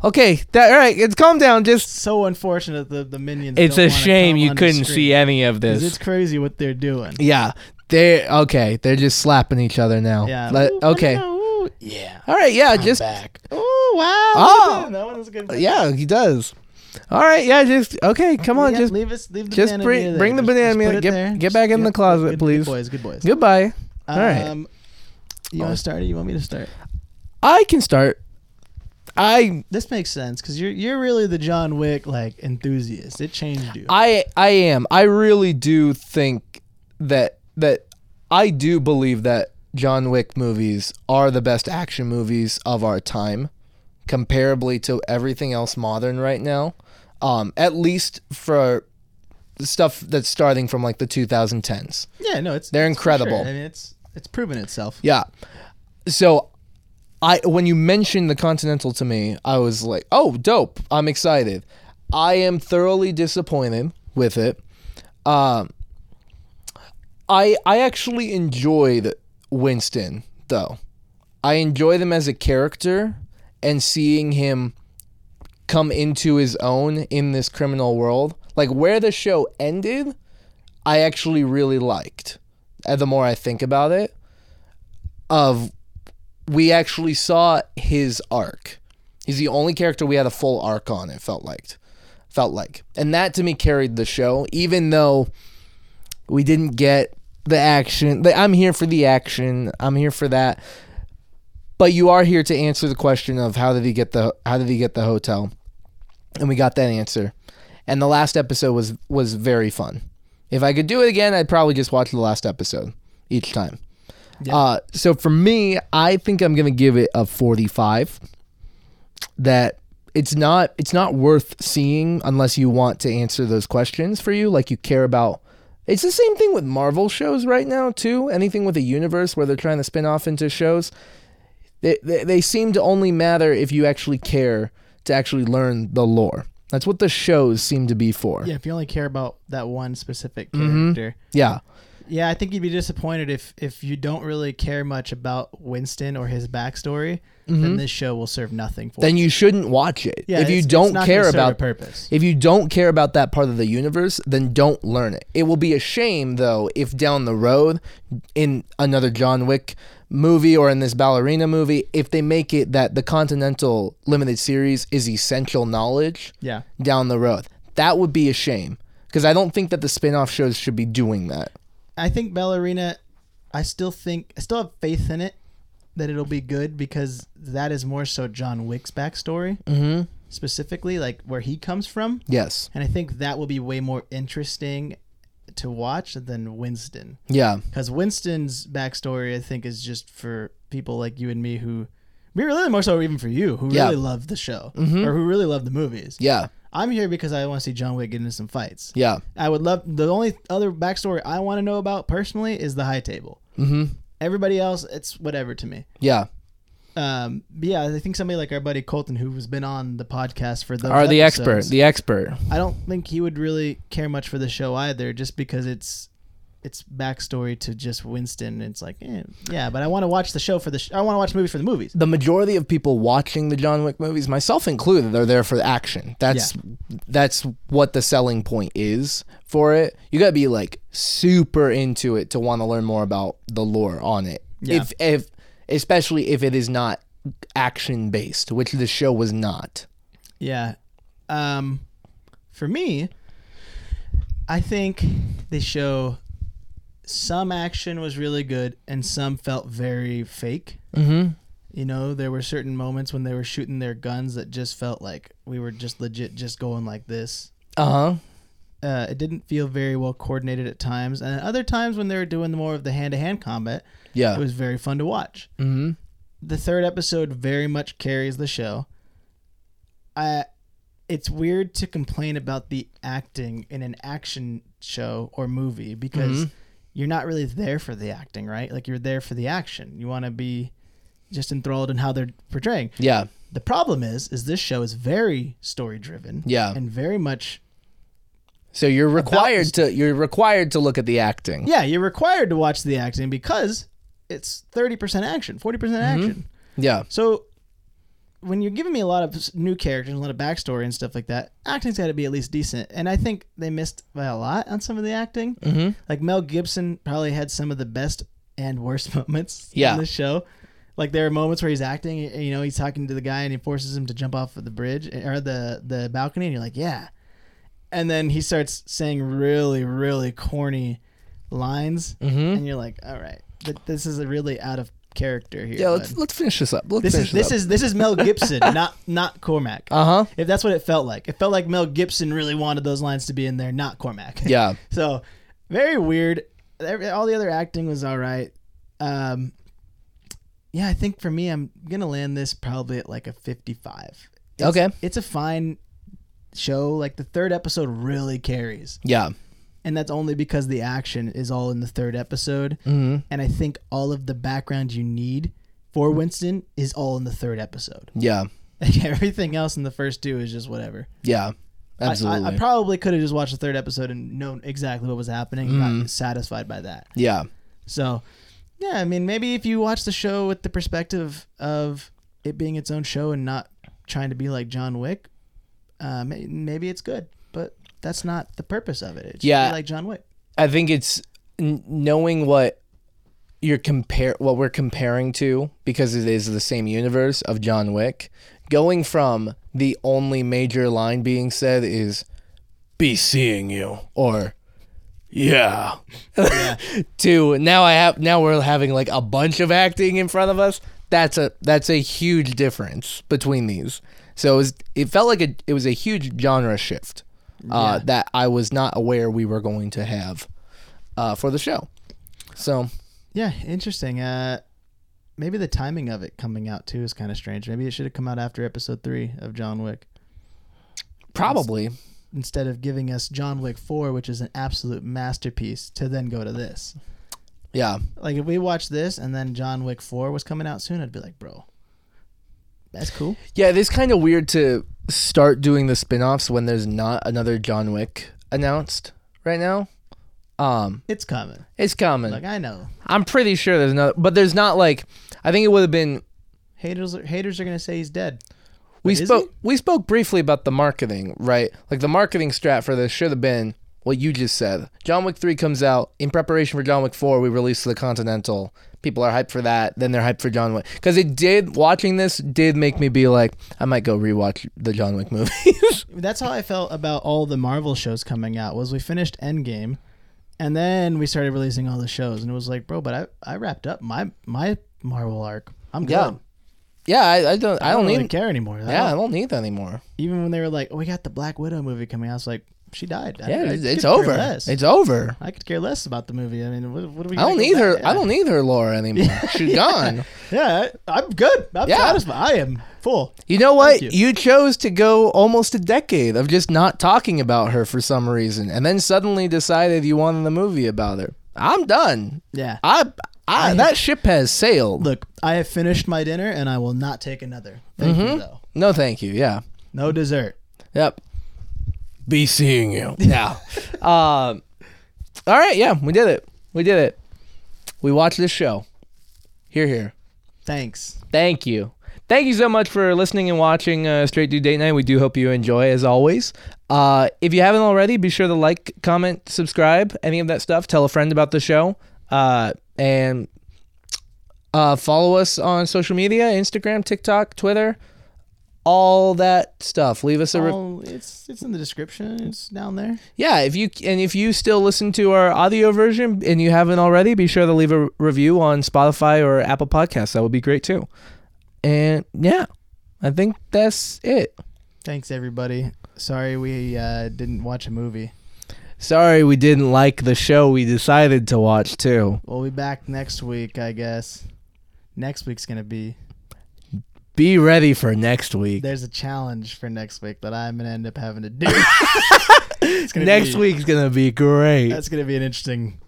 Speaker 1: Okay, that all right. It's calm down. Just
Speaker 2: so unfortunate that the minions.
Speaker 1: it's
Speaker 2: don't
Speaker 1: a
Speaker 2: wanna
Speaker 1: shame
Speaker 2: come
Speaker 1: you
Speaker 2: on the
Speaker 1: couldn't
Speaker 2: screen.
Speaker 1: see any of
Speaker 2: 'Cause
Speaker 1: this.
Speaker 2: It's crazy what they're doing.
Speaker 1: Yeah, they're okay. They're just slapping each other now.
Speaker 2: Yeah.
Speaker 1: Let-
Speaker 2: Ooh,
Speaker 1: okay.
Speaker 2: banana, ooh, yeah.
Speaker 1: All right. Yeah.
Speaker 2: I'm
Speaker 1: Just
Speaker 2: back. Oh wow!
Speaker 1: Oh.
Speaker 2: look at that. that one was a good.
Speaker 1: yeah. He does. All right. Yeah. Just okay. Come on.
Speaker 2: Yeah,
Speaker 1: Just
Speaker 2: leave us. Leave the
Speaker 1: just
Speaker 2: banana
Speaker 1: bring-
Speaker 2: meter there.
Speaker 1: bring the
Speaker 2: Just-
Speaker 1: banana
Speaker 2: just
Speaker 1: meter.
Speaker 2: put it
Speaker 1: Get-
Speaker 2: there.
Speaker 1: get back in the
Speaker 2: good-
Speaker 1: closet,
Speaker 2: good,
Speaker 1: please.
Speaker 2: Good boys. Good boys.
Speaker 1: Goodbye. All right.
Speaker 2: Um, you want to start? Or you want me to start?
Speaker 1: I can start. I
Speaker 2: This makes sense because you're you're really the John Wick like enthusiast. It changed you.
Speaker 1: I I am. I really do think that that I do believe that John Wick movies are the best action movies of our time, comparably to everything else modern right now. Um, at least for the stuff that's starting from like the 2010s.
Speaker 2: yeah, no, it's
Speaker 1: They're
Speaker 2: it's for sure.
Speaker 1: incredible.
Speaker 2: I mean, it's it's proven itself.
Speaker 1: Yeah. So I when you mentioned the Continental to me, I was like, "Oh, dope. I'm excited." I am thoroughly disappointed with it. Um I I actually enjoyed Winston though. I enjoy them as a character and seeing him come into his own in this criminal world. Like where the show ended, I actually really liked. Uh, The more I think about it, of we actually saw his arc. He's the only character we had a full arc on. It felt like, felt like, and that to me carried the show. Even though we didn't get the action, the, I'm here for the action. I'm here for that. But you are here to answer the question of how did he get the how did he get the hotel, and we got that answer. And the last episode was was very fun. If I could do it again, I'd probably just watch the last episode each time. Uh, so for me, I think I'm gonna give it a 45. That it's not it's not worth seeing unless you want to answer those questions for you, like you care about. It's the same thing with Marvel shows right now too. Anything with a universe where they're trying to spin off into shows, they, they they seem to only matter if you actually care to actually learn the lore. That's what the shows seem to be for.
Speaker 2: Yeah, if you only care about that one specific
Speaker 1: Mm-hmm.
Speaker 2: character.
Speaker 1: yeah.
Speaker 2: Yeah, I think you'd be disappointed if if you don't really care much about Winston or his backstory. Then this show will serve nothing for.
Speaker 1: Mm-hmm. Then you shouldn't watch it.
Speaker 2: yeah,
Speaker 1: if you
Speaker 2: it's- it's
Speaker 1: don't
Speaker 2: not
Speaker 1: care
Speaker 2: gonna serve a
Speaker 1: about
Speaker 2: purpose.
Speaker 1: If you don't care about that part of the universe, then don't learn it. It will be a shame, though, if down the road in another John Wick movie or in this ballerina movie, if they make it that the Continental Limited Series is essential knowledge
Speaker 2: Yeah.
Speaker 1: down the road, that would be a shame. Because I don't think that the spin off shows should be doing that.
Speaker 2: I think Ballerina. I still think I still have faith in it that it'll be good because that is more so John Wick's backstory
Speaker 1: Mm-hmm.
Speaker 2: specifically, like where he comes from,
Speaker 1: Yes.
Speaker 2: and I think that will be way more interesting to watch than Winston
Speaker 1: Yeah.
Speaker 2: because Winston's backstory I think is just for people like you and me who, me really more so even for you who
Speaker 1: Yeah. Mm-hmm.
Speaker 2: really love the show or who really love the movies.
Speaker 1: Yeah.
Speaker 2: I'm here because I want to see John Wick get into some fights.
Speaker 1: Yeah.
Speaker 2: I would love the only other backstory I want to know about personally is the high table.
Speaker 1: Mm-hmm.
Speaker 2: Everybody else, it's whatever to me.
Speaker 1: Yeah.
Speaker 2: Um, but yeah, I think somebody like our buddy Colton, who has been on the podcast for the
Speaker 1: Are the expert, the expert.
Speaker 2: I don't think he would really care much for the show either, just because it's it's backstory to just Winston. It's like, eh, yeah, but I want to watch the show for the. Sh- I want to watch movies for the movies.
Speaker 1: The majority of people watching the John Wick movies, myself included, are there for the action. That's that's what the selling point is for it. You gotta be like super into it to want to learn more about the lore on it.
Speaker 2: Yeah.
Speaker 1: If if especially if it is not action based, which the show was not.
Speaker 2: Yeah. Um, for me, I think they show some action was really good and some felt very fake.
Speaker 1: Mm-hmm.
Speaker 2: You know, there were certain moments when they were shooting their guns that just felt like we were just legit just going like this.
Speaker 1: Uh huh.
Speaker 2: Uh, it didn't feel very well coordinated at times. And at other times when they were doing more of the hand to hand combat,
Speaker 1: Yeah.
Speaker 2: it was very fun to watch.
Speaker 1: mm-hmm.
Speaker 2: the third episode very much carries the show. I it's weird to complain about the acting in an action show or movie because
Speaker 1: Mm-hmm.
Speaker 2: you're not really there for the acting, right? Like you're there for the action. You want to be just enthralled in how they're portraying.
Speaker 1: Yeah.
Speaker 2: The problem is is this show is very story driven.
Speaker 1: Yeah.
Speaker 2: And very much
Speaker 1: So you're required to you're required to look at the acting.
Speaker 2: Yeah, you're required to watch the acting because it's 30% action, 40% percent
Speaker 1: Mm-hmm.
Speaker 2: action.
Speaker 1: Yeah.
Speaker 2: So when you're giving me a lot of s- new characters, a lot of backstory and stuff like that, acting's got to be at least decent. And I think they missed by a lot on some of the acting. Mm-hmm. Like Mel Gibson probably had some of the best and worst moments
Speaker 1: Yeah.
Speaker 2: in the show. Like there are moments where he's acting, and, you know, he's talking to the guy and he forces him to jump off of the bridge eh, or the the balcony, and you're like, yeah. And then he starts saying really, really corny lines,
Speaker 1: Mm-hmm.
Speaker 2: and you're like, all right, th- this is a really out of character here.
Speaker 1: Yeah.
Speaker 2: bud."
Speaker 1: Let's let's finish this up. Let's
Speaker 2: This
Speaker 1: finish
Speaker 2: is this is this is Mel Gibson, not not Cormac.
Speaker 1: uh huh.
Speaker 2: if that's what it felt like, it felt like Mel Gibson really wanted those lines to be in there, not Cormac.
Speaker 1: Yeah.
Speaker 2: so very weird. Every- All the other acting was all right. Um, yeah, I think for me, I'm gonna land this probably at like a 55. It's-
Speaker 1: Okay.
Speaker 2: it's a fine show. Like the third episode really carries
Speaker 1: Yeah.
Speaker 2: and that's only because the action is all in the third episode.
Speaker 1: Mm-hmm.
Speaker 2: And I think all of the background you need for Winston is all in the third episode.
Speaker 1: Yeah.
Speaker 2: Like, everything else in the first two is just whatever.
Speaker 1: Yeah.
Speaker 2: I-
Speaker 1: Absolutely.
Speaker 2: I, I, probably could have just watched the third episode and known exactly what was happening and
Speaker 1: Mm-hmm.
Speaker 2: got satisfied by that.
Speaker 1: yeah.
Speaker 2: So, yeah, I mean, maybe if you watch the show with the perspective of it being its own show and not trying to be like John Wick, uh, may, maybe it's good. But that's not the purpose of it. It's
Speaker 1: Yeah.
Speaker 2: like John Wick.
Speaker 1: I think it's n- knowing what you're compare what we're comparing to because it is the same universe of John Wick. Going from the only major line being said is "be seeing you" or "yeah,", to now I have now we're having like a bunch of acting in front of us. That's a that's a huge difference between these. So it, was, it felt like a, it was a huge genre shift uh, that I was not aware we were going to have uh, for the show. So
Speaker 2: Yeah, interesting. Uh, maybe the timing of it coming out too is kind of strange. Maybe it should have come out after episode three of John Wick
Speaker 1: probably,
Speaker 2: instead of giving us John Wick four, which is an absolute masterpiece, to then go to this.
Speaker 1: yeah,
Speaker 2: Like if we watched this and then John Wick four was coming out soon, I'd be like, bro, that's cool.
Speaker 1: yeah. It is kind of weird to start doing the spin-offs when there's not another John Wick announced right now. Um,
Speaker 2: It's coming.
Speaker 1: it's coming.
Speaker 2: Like I know
Speaker 1: I'm pretty sure there's no, but there's not like. I think it would have been
Speaker 2: haters are, haters are gonna say he's dead.
Speaker 1: we
Speaker 2: But is
Speaker 1: spoke we spoke briefly about the marketing, right? Like the marketing strat for this should have been what you just said. John Wick 3 comes out in preparation for John Wick 4, we release the Continental. People are hyped for that, then they're hyped for John Wick. Cuz it did watching this did make me be like I might go rewatch the John Wick movies.
Speaker 2: That's how I felt about all the Marvel shows coming out. Was we finished Endgame, and then we started releasing all the shows, and it was like, bro, but I, I wrapped up my my Marvel arc. I'm good.
Speaker 1: Yeah. yeah, I, I don't I,
Speaker 2: I
Speaker 1: don't,
Speaker 2: don't
Speaker 1: need
Speaker 2: really care anymore. I
Speaker 1: Yeah, I
Speaker 2: don't-
Speaker 1: don't need that anymore.
Speaker 2: Even when they were like, "Oh, we got the Black Widow movie coming," I was like, "She died." I-
Speaker 1: Yeah,
Speaker 2: I
Speaker 1: it's,
Speaker 2: could
Speaker 1: it's
Speaker 2: care
Speaker 1: over.
Speaker 2: less.
Speaker 1: It's over.
Speaker 2: I could care less about the movie. I mean, what, what are we?
Speaker 1: I don't
Speaker 2: gonna
Speaker 1: need
Speaker 2: go
Speaker 1: her.
Speaker 2: back?
Speaker 1: I don't need her Laura anymore. She's gone.
Speaker 2: Yeah, I- I'm good. I'm
Speaker 1: Yeah.
Speaker 2: satisfied. I am full.
Speaker 1: You know what? You.
Speaker 2: Thank you.
Speaker 1: chose to go almost a decade of just not talking about her for some reason, and then suddenly decided you wanted a movie about her. I'm done.
Speaker 2: Yeah.
Speaker 1: I Ah, that ship has sailed.
Speaker 2: Look, I have finished my dinner and I will not take another. Thank
Speaker 1: Mm-hmm.
Speaker 2: you though.
Speaker 1: No, thank you. Yeah.
Speaker 2: No dessert.
Speaker 1: Yep. Be seeing you. Yeah. um, all right. Yeah, we did it. We did it. We watched this show. Here, here.
Speaker 2: Thanks.
Speaker 1: Thank you. Thank you so much for listening and watching uh, Straight Dude Date Night. We do hope you enjoy, as always. Uh, if you haven't already, be sure to like, comment, subscribe, any of that stuff. Tell a friend about the show. Uh, and uh, follow us on social media Instagram, TikTok, Twitter, all that stuff. Leave us a. Re-
Speaker 2: Oh, it's it's in the description. It's down there.
Speaker 1: yeah if you and if you still listen to our audio version and you haven't already be sure to leave a review on spotify or apple podcasts that would be great too and yeah i think that's it
Speaker 2: Thanks everybody. Sorry we uh, didn't watch a movie.
Speaker 1: sorry we didn't like the show we decided to watch too
Speaker 2: We'll be back next week, I guess. Next week's gonna be
Speaker 1: be ready for next week
Speaker 2: there's a challenge for next week that I'm gonna end up having to do. It's gonna
Speaker 1: next
Speaker 2: be-
Speaker 1: week's gonna be great
Speaker 2: That's gonna be an interesting.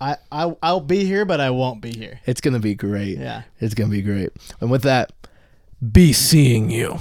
Speaker 2: I I I'll be here, but I won't be here.
Speaker 1: it's gonna be great
Speaker 2: Yeah.
Speaker 1: it's gonna be great and with that be seeing you